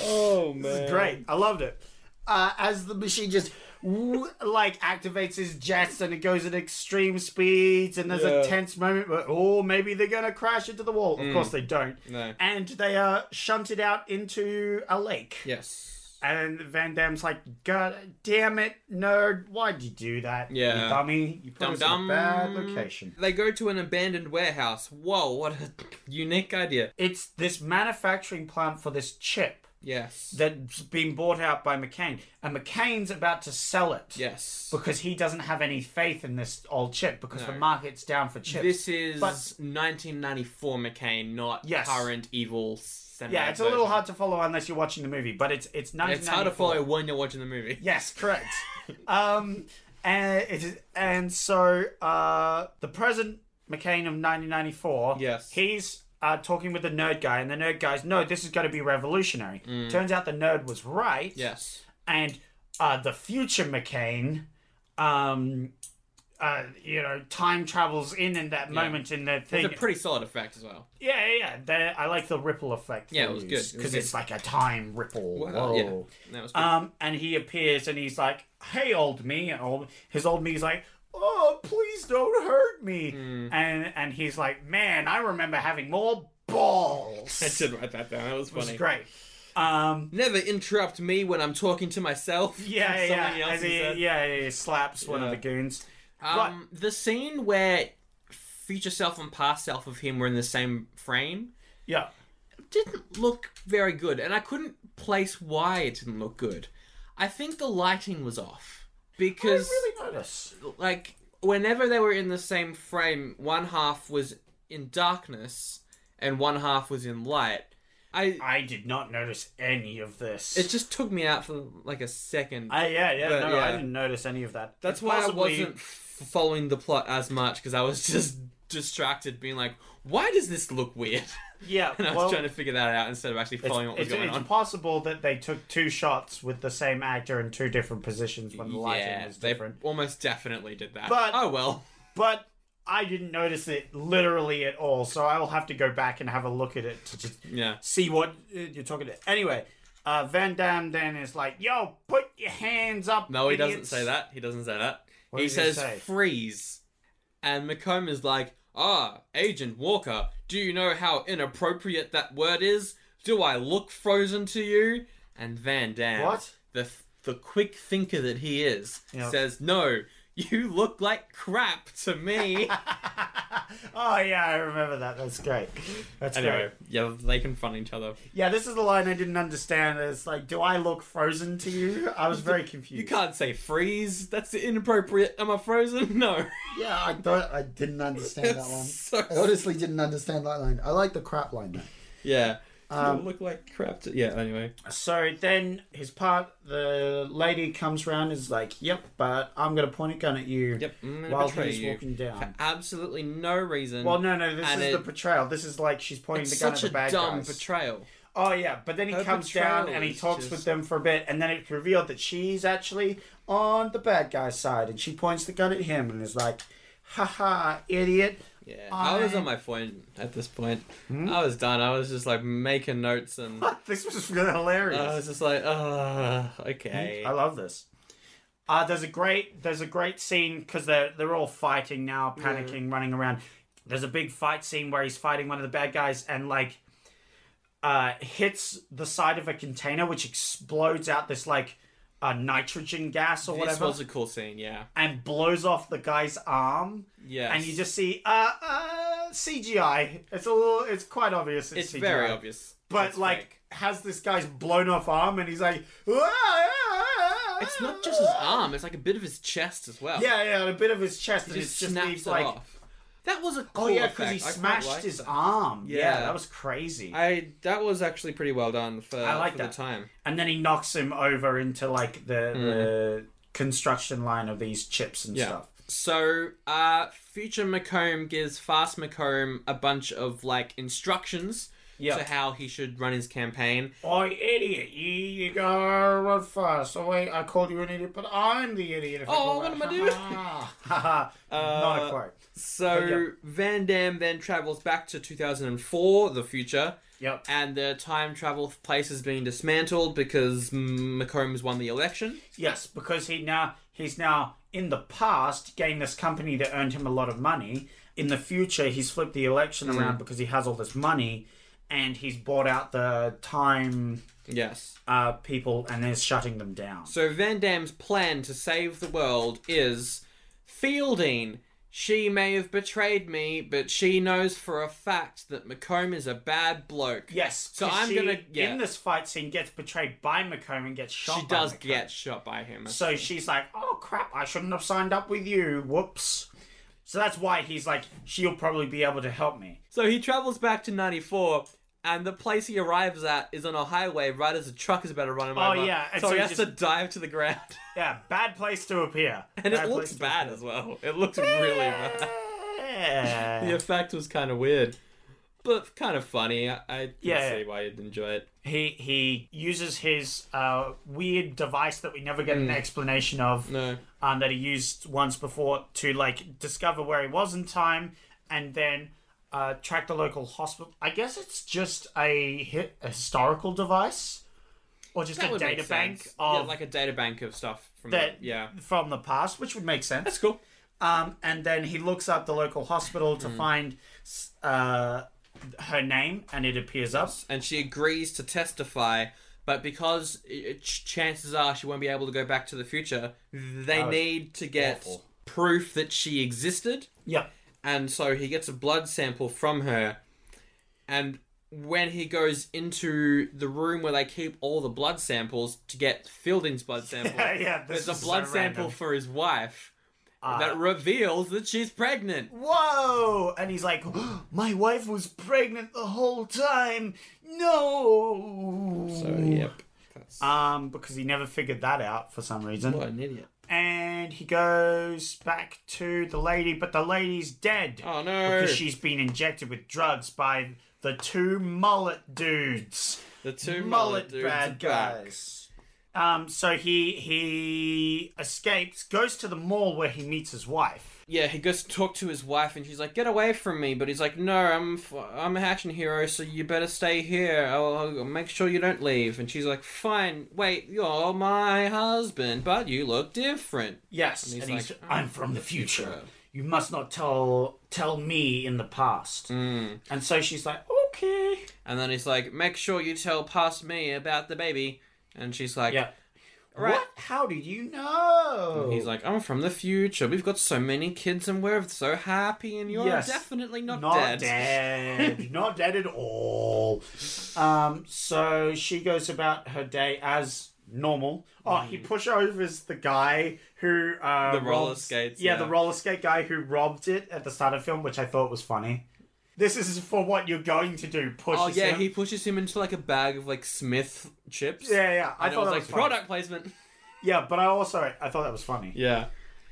S1: oh, man.
S2: Great. I loved it. Uh, as the machine just woo- like activates his jets and it goes at extreme speeds and there's a
S1: Yeah.
S2: tense moment where oh maybe they're gonna crash into the wall of course they don't
S1: Mm. No.
S2: and they are shunted out into a lake
S1: Yes.
S2: And Van Damme's like, God damn it, nerd. Why'd you do that?
S1: Yeah.
S2: You dummy. You put us
S1: Dum-dum.
S2: in a bad location.
S1: They go to an abandoned warehouse. Whoa, what a unique idea.
S2: It's this manufacturing plant for this chip
S1: Yes.
S2: that's been bought out by McCain. And McCain's about to sell it.
S1: yes.
S2: Because he doesn't have any faith in this old chip because the market's down for chips.
S1: This is
S2: But-
S1: 1994 McCain, not
S2: Yes.
S1: current evil semi.
S2: yeah, it's a little hard to follow unless you're watching the movie, but it's it's 1994.
S1: It's hard to follow when you're watching the movie.
S2: Yes, correct. um, and it is, and so uh, the president McCain of 1994.
S1: Yes.
S2: he's uh, talking with the nerd guy, and the nerd guy's no, this is going to be revolutionary.
S1: Mm.
S2: Turns out the nerd was right.
S1: Yes.
S2: and uh, the future McCain, um, uh, you know, time travels in in that moment in the thing.
S1: It's a pretty solid effect as well.
S2: yeah, yeah, yeah. The- I like the ripple effect.
S1: Yeah, it was good. It was
S2: because
S1: good.
S2: it's like a time ripple.
S1: Wow, yeah.
S2: Whoa.
S1: That was good.
S2: Um, and he appears and he's like, "Hey, old me," and old his old me's like, "Oh, please don't hurt me."
S1: Hmm.
S2: And and he's like, "Man, I remember having more balls."
S1: I did write that down. That was funny.
S2: It's great. Um,
S1: Never interrupt me when I'm talking to myself.
S2: yeah, yeah,
S1: Something
S2: yeah.
S1: else
S2: As
S1: he
S2: he,
S1: said.
S2: yeah, yeah, he slaps one of
S1: Yeah.
S2: the goons.
S1: Um, the scene where future self and past self of him were in the same frame
S2: Yeah,
S1: didn't look very good, and I couldn't place why it didn't look good. I think the lighting was off because,
S2: really notice.
S1: like, whenever they were in the same frame, one half was in darkness and one half was in light. I
S2: I did not notice any of this.
S1: it just took me out for like a second.
S2: I, yeah, yeah,
S1: But,
S2: no, I
S1: yeah.
S2: didn't notice any of that.
S1: That's
S2: It's
S1: why
S2: possibly-
S1: I wasn't f- following the plot as much because I was just distracted, being like, "Why does this look weird?"
S2: Yeah,
S1: and I was
S2: well,
S1: trying to figure that out instead of actually following what was
S2: it's,
S1: going
S2: it's
S1: on.
S2: possible that they took two shots with the same actor in two different positions when the lighting
S1: yeah,
S2: was
S1: they
S2: different.
S1: almost definitely did that.
S2: But-
S1: oh well.
S2: But I didn't notice it literally at all, so I will have to go back and have a look at it to just
S1: Yeah.
S2: see what uh, you're talking to. Anyway, uh, Van Damme then is like, "Yo, put your hands up."
S1: No, he doesn't
S2: idiots."
S1: say that. He doesn't say that.
S2: What
S1: he
S2: does he
S1: says
S2: say?
S1: freeze. And Macomb is like, ah, Agent Walker, do you know how inappropriate that word is? Do I look frozen to you? And Van Damme,
S2: What?
S1: the the quick thinker that he is,
S2: Yeah.
S1: says, no, you look like crap to me.
S2: Oh yeah, I remember that. That's great. That's
S1: anyway,
S2: great.
S1: yeah, they confront each other.
S2: Yeah, this is the line I didn't understand. It's like, "Do I look frozen to you?" I was very confused.
S1: You can't say freeze. That's inappropriate. Am I frozen? No.
S4: Yeah, I thought I didn't understand that
S2: Um,
S4: one.
S1: So-
S4: I honestly didn't understand that line. I like the crap line though.
S1: yeah. you look like crap to... Yeah, anyway.
S2: So then his part, the lady comes round and is like, "Yep, but I'm gonna point a gun at you."
S1: Yep. I'm gonna
S2: While
S1: betray
S2: he's
S1: you.
S2: walking down.
S1: absolutely no reason.
S2: Well, no, no. This
S1: And
S2: is
S1: it-
S2: the portrayal. This is like she's pointing
S1: it's
S2: the gun
S1: such
S2: at
S1: a
S2: the bad
S1: dumb
S2: guys.
S1: portrayal.
S2: oh yeah, but then he
S1: Her
S2: comes
S1: portrayal
S2: down and he
S1: is
S2: talks
S1: just-
S2: with them for a bit, and then it's revealed that she's actually on the bad guy's side, and she points the gun at him and is like, "Ha ha, idiot!"
S1: Yeah, I... was
S2: I-
S1: on my phone at this point.
S2: Hmm?
S1: I was done. I was just like making notes and I
S2: this was really hilarious.
S1: was just like, oh, okay.
S2: I love this. Uh, there's a great there's a great scene because they're they're all fighting now, panicking, running around. There's a big fight scene where he's fighting one of the bad guys and like uh, hits the side of a container, which explodes out this like uh, nitrogen gas or
S1: This
S2: whatever,
S1: was a cool scene. Yeah.
S2: and blows off the guy's arm.
S1: Yes.
S2: And you just see uh, uh, CGI. It's a little, it's quite obvious. It's,
S1: it's
S2: CGI
S1: very obvious.
S2: but
S1: It's
S2: like
S1: fake.
S2: has this guy's blown off arm and he's like "Ah!"
S1: It's not just his arm. It's like a bit of his chest as well.
S2: yeah yeah and a bit of his chest
S1: He
S2: and
S1: just
S2: it's just
S1: snaps
S2: he's
S1: it
S2: like
S1: off. That was a cool
S2: oh yeah
S1: because
S2: because he smashed his arm yeah.
S1: Yeah.
S2: that was crazy
S1: I that was actually pretty well done for,
S2: I like
S1: for
S2: that.
S1: the time.
S2: and then he knocks him over into like the the construction line of these chips and
S1: Hmm. Yeah.
S2: stuff
S1: So, uh, future Macomb gives Fast Macomb a bunch of like instructions
S2: Yeah.
S1: to how he should run his campaign.
S2: Oh idiot! You, you gotta run fast. Oh wait, I called you an idiot, but I'm the idiot. if I
S1: Oh,
S2: call
S1: what
S2: back.
S1: am I doing? Uh,
S2: Ha, ha. Not a quote.
S1: So
S2: Oh, Yeah.
S1: Van Damme then travels back to 2004, the future,
S2: Yep.
S1: and the time travel place has been dismantled because Macomb's won the election.
S2: Yes, because he now he's now in the past gained this company that
S1: Mm.
S2: earned him a lot of money. In the future, he's flipped the election around because he has all this money, and he's bought out the time
S1: Yes.
S2: uh, people and is shutting them down.
S1: So Van Damme's plan to save the world is Fielding. She may have betrayed me, but she knows for a fact that Macomb is a bad bloke.
S2: Yes.
S1: So
S2: 'cause
S1: I'm
S2: she,
S1: gonna- yeah.
S2: in this fight scene gets betrayed by Macomb and gets shot.
S1: She
S2: by
S1: does
S2: Macomb.
S1: get shot by him.
S2: So she's like, "Oh crap! I shouldn't have signed up with you. Whoops." So that's why he's like, "She'll probably be able to help me."
S1: So he travels back to 94, and the place he arrives at is on a highway right as a truck is about to run him
S2: Oh,
S1: over.
S2: yeah, and
S1: So,
S2: so
S1: he
S2: he
S1: has to
S2: just-
S1: dive to the ground.
S2: Yeah, bad place to appear.
S1: and it
S2: Bad
S1: looks
S2: place to
S1: bad as well. It looks really bad.
S2: Yeah.
S1: The effect was kind of weird, but kind of funny. I, I can
S2: Yeah.
S1: see why you'd enjoy it.
S2: He he uses his uh, weird device that we never get an explanation of,
S1: Mm. No.
S2: um, that he used once before to like discover where he was in time, and then uh, track the local hospital. I guess it's just a, hi- a historical device, or just
S1: That
S2: a
S1: would make
S2: data bank
S1: sense.
S2: of
S1: yeah, like a data bank of stuff from
S2: that
S1: the, yeah.
S2: from the past, which would make sense.
S1: That's cool.
S2: Um, and then he looks up the local hospital
S1: Mm.
S2: to find s- uh, her name, and it appears up.
S1: And she agrees to testify, but because i- i- ch- chances are she won't be able to go back to the future, they need to get
S2: awful.
S1: proof that she existed.
S2: Yep.
S1: and so he gets a blood sample from her and when he goes into the room where they keep all the blood samples to get Fielding's blood sample,
S2: yeah, this
S1: there's a
S2: is so
S1: blood sample
S2: random. Ah.
S1: for his wife that reveals that she's pregnant.
S2: whoa and he's like my wife was pregnant the whole time no
S1: So, yep. That's
S2: um because he never figured that out for some reason
S1: what an idiot.
S2: and he goes back to the lady but the lady's dead
S1: Oh, no.
S2: because she's been injected with drugs by the two mullet dudes
S1: The two
S2: mullet
S1: dudes are
S2: bad
S1: back.
S2: guys um so he he escapes goes to the mall where he meets his wife
S1: Yeah, he goes to talk to his wife and she's like, "Get away from me!" But he's like, "No, I'm f- I'm an action hero, so you better stay here. I'll, I'll make sure you don't leave." And she's like, "Fine, wait, you're my husband, but you look different."
S2: Yes, and
S1: he's
S2: he's,
S1: like,
S2: I'm from the future. You must not tell tell me in the past. Mm. And so she's like, okay.
S1: And then he's like, "Make sure you tell past me about the baby." And she's like,
S2: Yeah.
S1: Right.
S2: What? How do you know?
S1: He's like, I'm from the future. We've got so many kids and we're so happy, and you're
S2: Yes.
S1: definitely not,
S2: not dead. not dead at all. Um, so she goes about her day as normal. Oh, he push overs the guy who uh,
S1: Mm. The roller
S2: robbed-
S1: skates,
S2: Yeah,
S1: yeah.
S2: the roller skate guy who robbed it at the start of the film, which I thought was funny. This is for what you're going to do. Push.
S1: Oh yeah,
S2: him.
S1: he pushes him into like a bag of like Smith chips.
S2: Yeah, yeah. I
S1: and it
S2: thought
S1: was
S2: that
S1: like
S2: was funny.
S1: product placement.
S2: Yeah, but I also I thought that was funny.
S1: Yeah.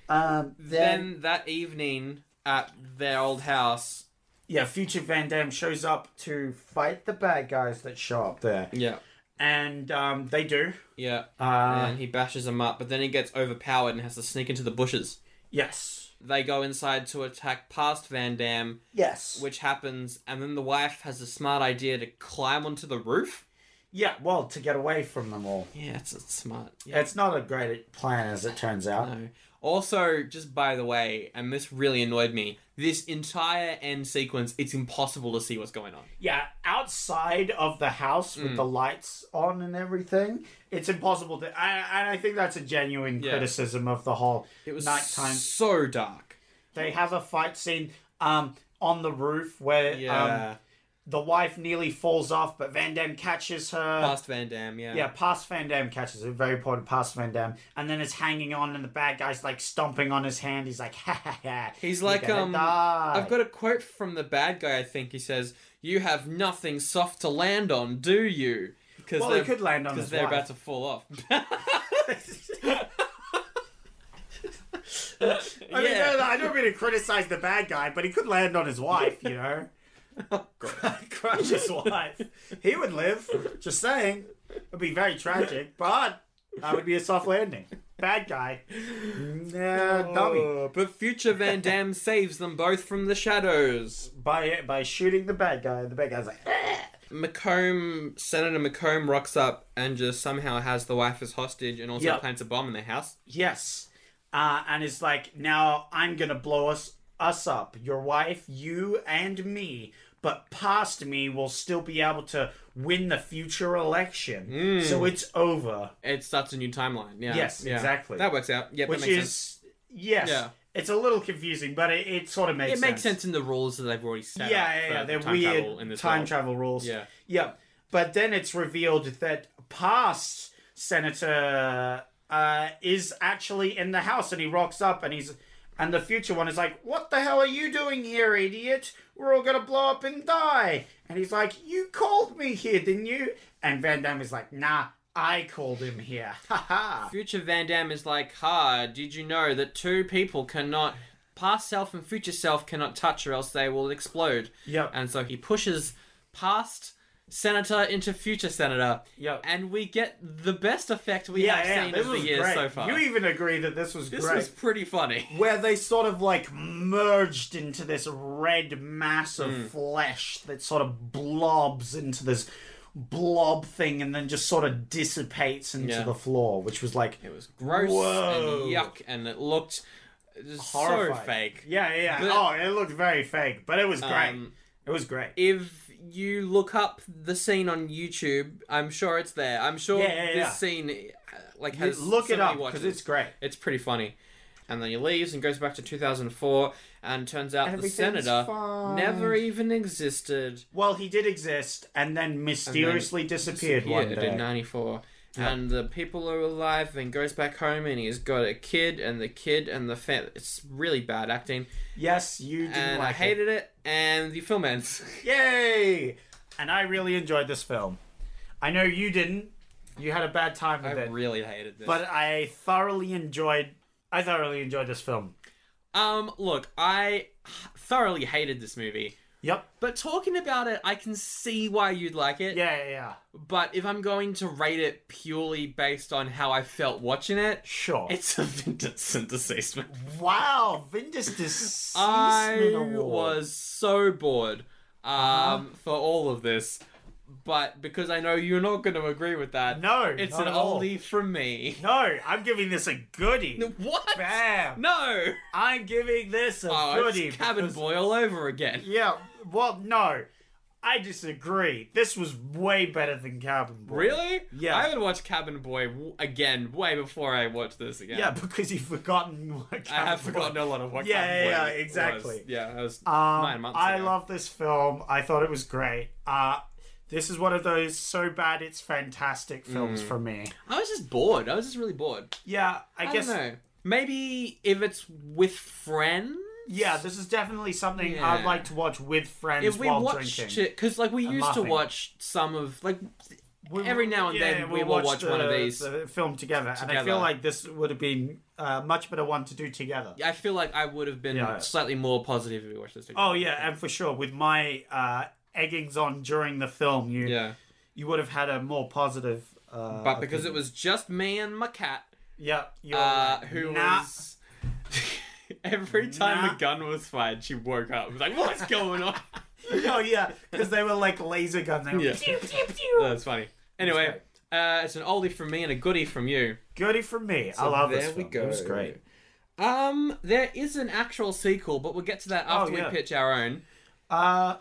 S2: Um, then,
S1: then that evening at their old house.
S2: yeah, Future Van Damme shows up to fight the bad guys that show up there,
S1: Yeah.
S2: and um, they do.
S1: Yeah.
S2: Uh,
S1: and he bashes them up, but then he gets overpowered and has to sneak into the bushes.
S2: yes,
S1: They go inside to attack past Van Dam,
S2: yes,
S1: which happens, and then the wife has a smart idea to climb onto the roof.
S2: yeah. Well, to get away from them all,
S1: Yeah, it's, it's smart. Yeah.
S2: it's not a great plan as it turns out.
S1: No. Also, just by the way, and this really annoyed me, this entire end sequence, it's impossible to see what's going on.
S2: Yeah, outside of the house
S1: Mm.
S2: with the lights on and everything, it's impossible to. I, and I think that's a genuine
S1: Yeah.
S2: criticism of the whole
S1: It was
S2: nighttime
S1: so dark.
S2: They have a fight scene um, on the roof where
S1: Yeah.
S2: um, the wife nearly falls off, but Van Damme catches her.
S1: past Van Dam, yeah.
S2: yeah, past Van Damme catches her. Very important past Van Damme. And then it's hanging on, and the bad guy's like stomping on his hand. He's like, ha ha ha.
S1: He's
S2: you're
S1: like,
S2: gonna
S1: um,
S2: die."
S1: I've got a quote from the bad guy. I think he says, "You have nothing soft to land on, do you?" Because
S2: Well, he could land on
S1: because
S2: his
S1: they're
S2: wife.
S1: about to fall off.
S2: I, mean,
S1: yeah.
S2: no, no, I don't mean to criticize the bad guy, but he could land on his wife, you know? Crush his wife. He would live. Just saying. It would be very tragic, but that would be a soft landing. Bad guy. Nah, dummy.
S1: Oh, but future Van Damme saves them both from the shadows.
S2: By, by shooting the bad guy, the bad guy's like, "Eh."
S1: Macomb, Senator Macomb rocks up and just somehow has the wife as hostage and also
S2: Yep.
S1: plants a bomb in the house.
S2: Yes. Uh, and it's like, now I'm going to blow us, us up, your wife, you, and me. but past me will still be able to win the future election.
S1: Hmm.
S2: So it's over.
S1: It starts a new timeline. Yeah.
S2: Yes,
S1: Yeah.
S2: exactly.
S1: That works out. Yeah,
S2: Which
S1: that makes
S2: is,
S1: sense.
S2: yes,
S1: Yeah.
S2: it's a little confusing, but it, it sort of makes
S1: It
S2: sense.
S1: makes sense in the rules that they've already set.
S2: Yeah,
S1: up
S2: yeah,
S1: for
S2: yeah. They're
S1: time
S2: weird
S1: travel in this
S2: time
S1: world.
S2: travel rules.
S1: Yeah.
S2: Yeah. But then it's revealed that past Senator uh, is actually in the house and he rocks up and he's. And the future one is like, What the hell are you doing here, idiot? We're all gonna blow up and die. And he's like, You called me here, didn't you? And Van Damme is like, Nah, I called him here. Ha ha.
S1: Future Van Damme is like, ha, did you know that two people cannot, past self and future self cannot touch or else they will explode?
S2: Yep.
S1: And so he pushes past Senator into future Senator.
S2: Yep.
S1: And we get the best effect we
S2: Yeah,
S1: have
S2: yeah,
S1: seen
S2: this
S1: of the
S2: was
S1: year
S2: great.
S1: so far.
S2: You even agree that this was
S1: this
S2: great.
S1: was pretty funny.
S2: where they sort of like merged into this red mass
S1: Hmm.
S2: of flesh that sort of blobs into this blob thing and then just sort of dissipates into
S1: Yeah.
S2: the floor, which was like
S1: It was gross
S2: Whoa.
S1: and yuck and it looked just so
S2: horrifying.
S1: fake.
S2: Yeah, yeah. yeah.
S1: But-
S2: oh, it looked very fake, but it was great.
S1: Um,
S2: it was great.
S1: if you look up the scene on YouTube, I'm sure it's there. I'm sure
S2: Yeah, yeah,
S1: this
S2: yeah.
S1: scene uh, like has
S2: Look
S1: so
S2: it
S1: many
S2: up
S1: watches.
S2: because it's great.
S1: it's pretty funny. And then he leaves and goes back to 2004, and turns out the
S2: Everything's
S1: senator
S2: fine.
S1: never even existed.
S2: Well, he did exist and then mysteriously disappeared, one
S1: Disappeared
S2: day.
S1: in '94, and the people are alive. And goes back home, and he's got a kid, and the kid and the fam. It's really bad acting,
S2: Yes, you didn't
S1: and uh,
S2: like
S1: I hated it. And the film ends.
S2: it. Yay! And I really enjoyed this film. I know you didn't. You had a bad time
S1: I
S2: with it.
S1: really hated this.
S2: but I thoroughly enjoyed. I thoroughly enjoyed this film.
S1: Um, look, I thoroughly hated this movie,
S2: Yep.
S1: but talking about it, I can see why you'd like it.
S2: Yeah, yeah, yeah.
S1: But if I'm going to rate it purely based on how I felt watching it,
S2: Sure.
S1: it's a Vincent deceased movie.
S2: wow, Vindus deceased
S1: I
S2: Award. Uh-huh.
S1: was so bored um, for all of this, but because I know you're not going to agree with that,
S2: No,
S1: it's
S2: not
S1: an
S2: at all.
S1: oldie from me.
S2: No, I'm giving this a goodie.
S1: What?
S2: Bam!
S1: No.
S2: I'm giving this a
S1: Oh,
S2: goodie.
S1: it's Cabin
S2: because-
S1: Boy all over again.
S2: Yeah. Well, no, I disagree. This was way better than Cabin Boy.
S1: Really?
S2: Yeah.
S1: I haven't watched Cabin Boy w- again way before I watched this again.
S2: Yeah, because you've forgotten what Um, Cabin
S1: I have
S2: Boy-
S1: forgotten a lot of what
S2: Yeah,
S1: Cabin
S2: yeah,
S1: Boy
S2: yeah, exactly.
S1: was. Yeah, that was
S2: Um,
S1: nine months
S2: I
S1: ago.
S2: love this film. I thought it was great. Uh, this is one of those so bad it's fantastic films for me.
S1: I was just bored. I was just really bored.
S2: Yeah, I,
S1: Mm. I,
S2: guess.
S1: don't know. Maybe if it's with friends.
S2: Yeah, this is definitely something
S1: Yeah.
S2: I'd like to watch with friends
S1: If we
S2: while
S1: watched
S2: drinking.
S1: it, because like we used to
S2: laughing.
S1: watch some of like
S2: We-
S1: every now and then
S2: yeah,
S1: we
S2: we'll
S1: will watch one of
S2: the-
S1: these.
S2: the film together, and I
S1: together.
S2: feel like this would have been a much better one to do together.
S1: I feel like I would have been
S2: Yeah.
S1: slightly more positive if we watched this. Together.
S2: Oh yeah, and for sure with my uh, eggings on during the film, you
S1: yeah.
S2: you would have had a more positive. Uh,
S1: But because it was just me and my cat,
S2: yeah, you're
S1: uh,
S2: right.
S1: who
S2: Nah.
S1: was every time
S2: Nah.
S1: the gun was fired, she woke up. was like, "What's going on?"
S2: oh yeah, because they were like laser guns. They were
S1: Yeah.
S2: pew, pew, pew.
S1: That's funny. Anyway, uh, it's an oldie from me and a goodie from you.
S2: Goody from me. I
S1: So
S2: love this.
S1: there we
S2: film. It was
S1: go.
S2: great.
S1: Um, there is an actual sequel, but we'll get to that after
S2: Oh, yeah.
S1: we pitch our own.
S2: Uh,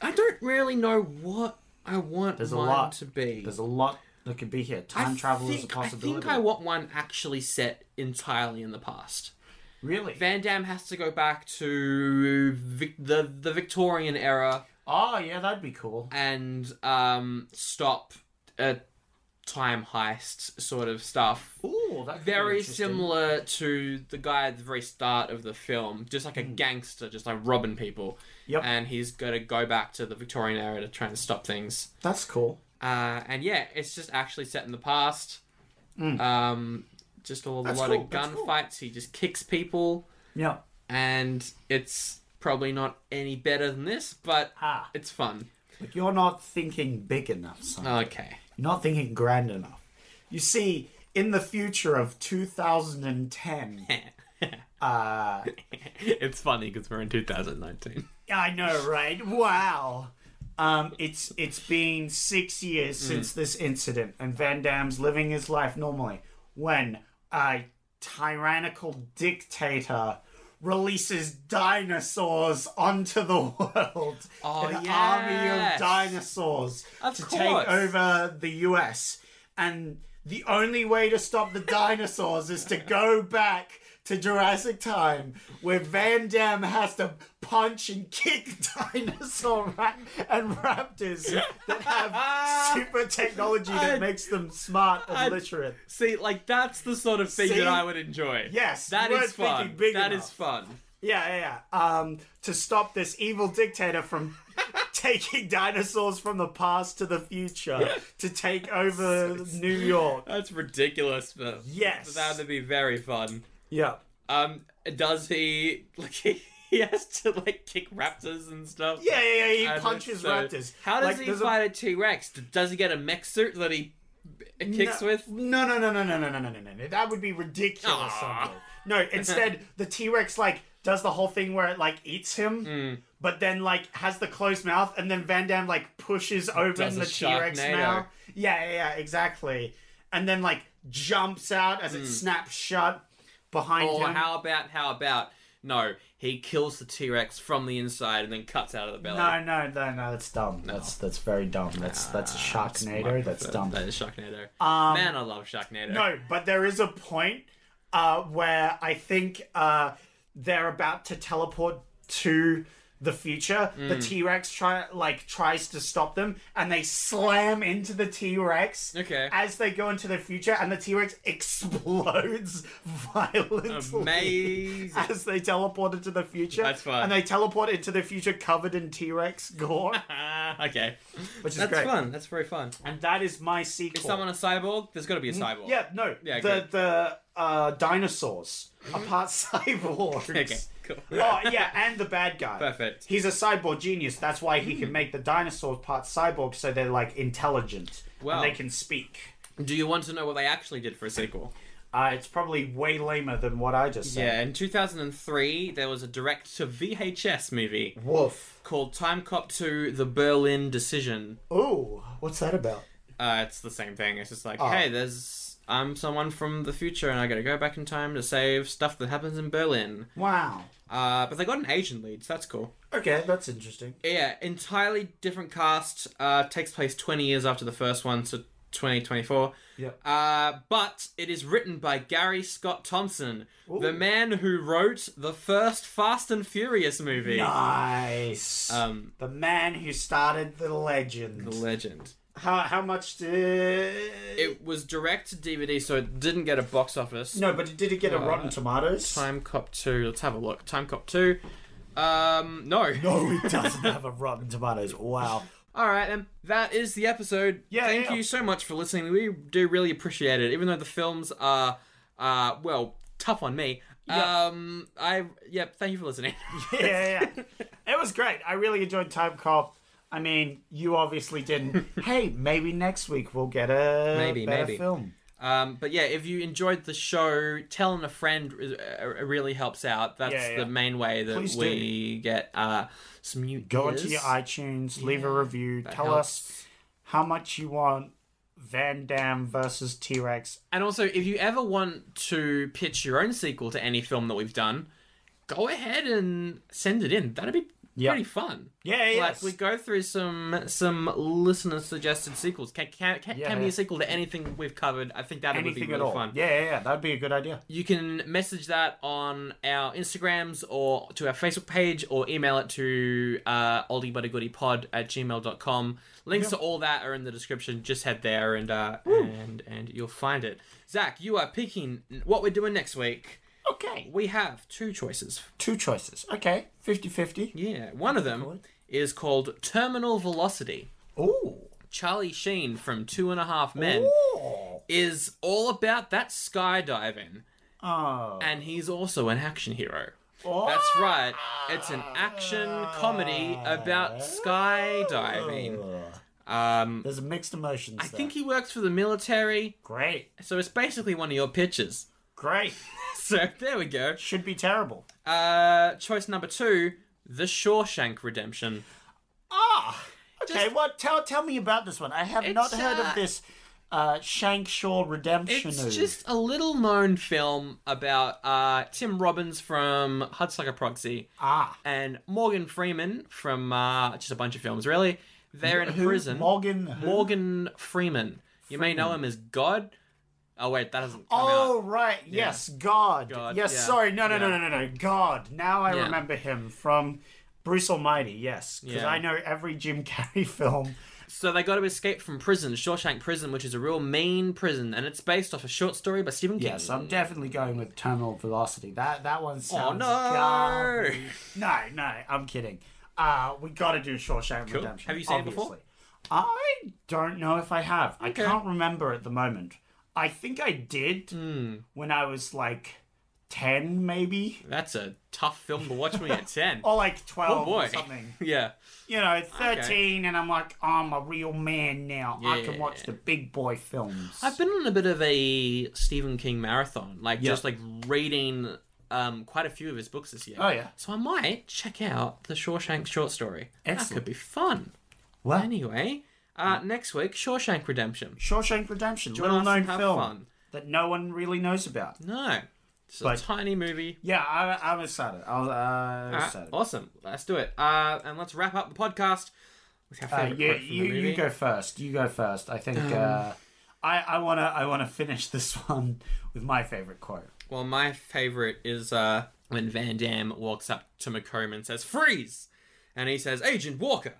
S1: I don't really know what I want
S2: There's a
S1: mine
S2: lot.
S1: to be.
S2: there's a lot that could be here.
S1: I
S2: Time travel is a
S1: think- I
S2: possibility.
S1: think I want one actually set entirely in the past.
S2: really?
S1: Van Damme has to go back to Vic- the the Victorian era.
S2: oh yeah, that'd be cool.
S1: and um, stop a time heist sort of stuff.
S2: Ooh, that could be
S1: Very
S2: interesting.
S1: similar to the guy at the very start of the film, just like a gangster, just like robbing people.
S2: Hmm. Yep.
S1: And he's got to go back to the Victorian era to try and stop things.
S2: That's cool.
S1: Uh, and yeah, it's just actually set in the past. Um, just a
S2: Hmm. That's
S1: lot
S2: cool,
S1: of
S2: that's cool.
S1: gunfights. He just kicks people,
S2: Yeah.
S1: and it's probably not any better than this, but
S2: Ah.
S1: it's fun.
S2: But you're not thinking big enough, son.
S1: Okay.
S2: You're not thinking grand enough. You see, in the future of 2010, uh,
S1: it's funny because we're in 2019.
S2: I know, right? Wow. Um, it's it's been six years since this incident, and Van Damme's living his life normally when a tyrannical dictator releases dinosaurs onto the world.
S1: Oh,
S2: An army
S1: yes.
S2: of dinosaurs
S1: Of
S2: to
S1: course.
S2: take over the US. And the only way to stop the dinosaurs is to go back to Jurassic Time, where Van Damme has to punch and kick dinosaur ra- and raptors that have super technology that
S1: I-
S2: makes them smart and
S1: I-
S2: literate.
S1: See, like that's the sort of thing
S2: See?
S1: that I would enjoy.
S2: Yes,
S1: that
S2: you
S1: is
S2: weren't
S1: fun.
S2: thinking big
S1: That is
S2: enough.
S1: fun.
S2: Yeah, yeah, yeah. Um, to stop this evil dictator from taking dinosaurs from the past to the future to take over New York.
S1: That's ridiculous, but
S2: Yes.
S1: that would be very fun.
S2: Yeah.
S1: Um, does he like he, he has to like kick raptors and stuff?
S2: Yeah, yeah, yeah. He
S1: And
S2: punches
S1: so-
S2: raptors.
S1: How does
S2: Like,
S1: he
S2: there's a-
S1: fight a T Rex? Does he get a mech suit that he b- kicks
S2: no,
S1: with?
S2: No, no, no, no, no, no, no, no, no, no. That would be ridiculous.
S1: Aw.
S2: Sunday. No, instead, the T Rex like does the whole thing where it like eats him,
S1: Hmm.
S2: but then like has the closed mouth, and then Van Damme like pushes open
S1: Does a
S2: the T Rex
S1: Sharknado.
S2: mouth. Yeah, yeah, yeah, exactly. And then like jumps out as it snaps shut behind
S1: Or
S2: him.
S1: Hmm. Oh, how about how about no? He kills the T Rex from the inside and then cuts out of the belly.
S2: no, no, no, no. That's dumb. That's that's very dumb. That's that's a Sharknado. That's dumb.
S1: That is Sharknado.
S2: Um,
S1: Man, I love Sharknado.
S2: No, but there is a point uh, where I think uh, they're about to teleport to the future.
S1: Mm.
S2: The T Rex try like tries to stop them, and they slam into the T Rex.
S1: Okay.
S2: As they go into the future, and the T Rex explodes violently.
S1: Amazing.
S2: As they teleport into the future,
S1: That's fun.
S2: and they teleport into the future covered in T Rex gore,
S1: Ah, okay.
S2: which is
S1: That's
S2: great.
S1: fun. That's very fun.
S2: And that is my sequel.
S1: Is someone a cyborg? There's got to be a cyborg.
S2: Mm, Yeah, no.
S1: Yeah,
S2: the
S1: good.
S2: the uh, dinosaurs are part cyborgs.
S1: Okay. Cool.
S2: Oh yeah, and the bad guy.
S1: Perfect.
S2: He's a cyborg genius. That's why he can make the dinosaurs part cyborg, so they're like intelligent
S1: Wow.
S2: and they can speak.
S1: Do you want to know what they actually did for a sequel?
S2: Uh, it's probably way lamer than what I just said.
S1: Yeah, in 2003, there was a direct to VHS movie
S2: Woof.
S1: called Time Cop 2 The Berlin Decision.
S2: Ooh, what's that about?
S1: Uh, it's the same thing. It's just like, hey, there's. I'm someone from the future and I gotta go back in time to save stuff that happens in Berlin.
S2: Wow.
S1: Uh, but they got an Asian lead, so that's cool.
S2: Okay, that's interesting.
S1: Yeah, entirely different cast. Uh, takes place 20 years after the first one, so 2024.
S2: Yep.
S1: Uh, but it is written by Gary Scott Thompson, the man who wrote the first Fast and Furious movie.
S2: Nice.
S1: Um,
S2: the man who started the legend.
S1: the legend.
S2: how how much did
S1: It was direct to DVD, so it didn't get a box office.
S2: No, but did it get a
S1: Uh,
S2: Rotten Tomatoes?
S1: Time Cop 2. Let's have a look. Time Cop 2. Um, no.
S2: Oh, it doesn't have a Rotten Tomatoes. Wow.
S1: All right, then. That is the episode.
S2: Yeah,
S1: Thank
S2: yeah.
S1: you so much for listening. We do really appreciate it, even though the films are, uh, well, tough on me. Um, I, yeah, thank you for listening.
S2: Yeah, yeah, yeah. It was great. I really enjoyed Time Cop. I mean, you obviously didn't. hey, maybe next week we'll get a
S1: Maybe,
S2: better
S1: maybe.
S2: film.
S1: Um, but yeah, if you enjoyed the show, telling a friend uh, uh, really helps out. That's
S2: Yeah, yeah.
S1: the main way that
S2: Please do.
S1: we get uh, some new.
S2: Go
S1: ears.
S2: onto your iTunes, leave a review,
S1: That
S2: tell us
S1: helps.
S2: how much you want Van Damme versus T Rex.
S1: And also, if you ever want to pitch your own sequel to any film that we've done, go ahead and send it in. That'd be
S2: Yeah.
S1: pretty fun.
S2: Yeah, yeah.
S1: Like we go through some some listener suggested sequels. Can can, can,
S2: Yeah,
S1: can be
S2: yeah.
S1: a sequel to anything we've covered. I think that would be
S2: Anything
S1: really
S2: at all.
S1: fun.
S2: Yeah, yeah, yeah. That'd be a good idea.
S1: You can message that on our Instagrams or to our Facebook page or email it to uh, oldiebuttagoodiepod at gmail.com. Links to all that are in the description. Just head there and, uh, and, and you'll find it. Zach, you are picking what we're doing next week.
S2: Okay.
S1: We have two choices.
S2: Two choices. Okay. 50 50.
S1: Yeah, one of them is called Terminal Velocity.
S2: Ooh.
S1: Charlie Sheen from Two and a Half Men Mm.
S2: Ooh.
S1: is all about that skydiving,
S2: Oh.
S1: and he's also an action hero. That's right. It's an action comedy
S2: Oh.
S1: about skydiving. Um,
S2: There's mixed emotions.
S1: I think he works for the military,
S2: great,
S1: so it's basically one of your pitches.
S2: great.
S1: So there we go.
S2: Should be terrible.
S1: Uh, choice number two: The Shawshank Redemption.
S2: Ah, okay. What? Tell tell me about this one. I have not
S1: It's,
S2: heard
S1: uh,
S2: of this. uh, Shankshaw Redemption.
S1: It's just a little known film about uh, Tim Robbins from Hudsucker Proxy
S2: ah,
S1: and Morgan Freeman from uh, just a bunch of films, really. They're in
S2: who?
S1: prison.
S2: Morgan. Who?
S1: Morgan Freeman. You may know him as God. Oh, wait, that doesn't come
S2: Oh
S1: out.
S2: right, yes, God.
S1: God,
S2: yes,
S1: yeah.
S2: sorry, no, no, no,
S1: Yeah.
S2: no, no, no, God. Now I
S1: Yeah.
S2: remember him from Bruce Almighty. Yes, because
S1: Yeah.
S2: I know every Jim Carrey film.
S1: So they got to escape from prison, Shawshank Prison, which is a real mean prison, and it's based off a short story by Stephen King.
S2: Yes, I'm definitely going with Terminal Velocity. That that one sounds.
S1: Oh, no.
S2: garbage. No, no, I'm kidding. Uh, we got to do Shawshank
S1: Cool.
S2: Redemption.
S1: Have you seen it before?
S2: obviously. I don't know if I have. I
S1: Okay.
S2: can't remember at the moment. I think I did
S1: Hmm.
S2: when I was like ten, maybe,
S1: That's a tough film to watch when you're 10.
S2: or like
S1: oh,
S2: twelve
S1: boy.
S2: or something.
S1: yeah.
S2: You know, thirteen, and I'm like, "Oh, I'm a real man now. I can
S1: Yeah.
S2: watch the big boy films.
S1: I've been on a bit of a Stephen King marathon, like
S2: Yeah.
S1: just like reading um, quite a few of his books this year.
S2: Oh, yeah.
S1: So I might check out the Shawshank short story. That could
S2: Excellent.
S1: be fun.
S2: Well-
S1: Anyway, uh, next week Shawshank Redemption.
S2: Shawshank Redemption,
S1: Join
S2: little
S1: us and
S2: known
S1: have
S2: film
S1: fun.
S2: that no one really knows about.
S1: No, it's a
S2: But-
S1: tiny movie.
S2: Yeah, I, I'm excited. I was, uh,
S1: Uh,
S2: excited.
S1: awesome. Let's do it. Uh, and let's wrap up the podcast with our
S2: Uh,
S1: favorite
S2: you,
S1: quote from
S2: you,
S1: the movie. Um,
S2: you go first. You go first. I think uh, I, I wanna I wanna finish this one with my favorite quote.
S1: Well, my favorite is uh, when Van Damme walks up to Macomb and says, Freeze! And he says, Agent Walker,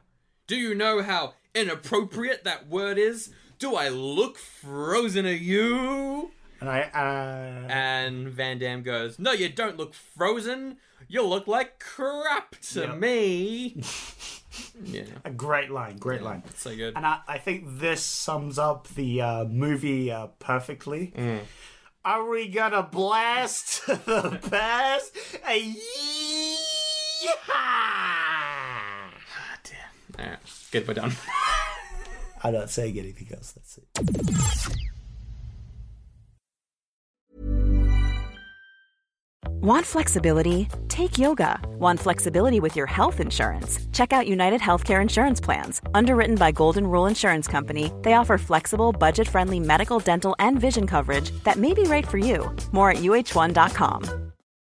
S1: do you know how inappropriate that word is? Do I look frozen at you?
S2: And I uh,
S1: And Van Damme goes, No, you don't look frozen. You look like crap to
S2: Yep.
S1: me. yeah,
S2: a great line, great line.
S1: so good.
S2: And I, I think this sums up the uh, movie uh, perfectly.
S1: Mm.
S2: Are we gonna blast to the past? Uh, yeah!
S1: Ah, Alright, good, we're done.
S2: I'm not saying anything else. That's it.
S5: Want flexibility? Take yoga. Want flexibility with your health insurance? Check out United Healthcare Insurance Plans. Underwritten by Golden Rule Insurance Company, they offer flexible, budget friendly medical, dental, and vision coverage that may be right for you. More at uh1.com.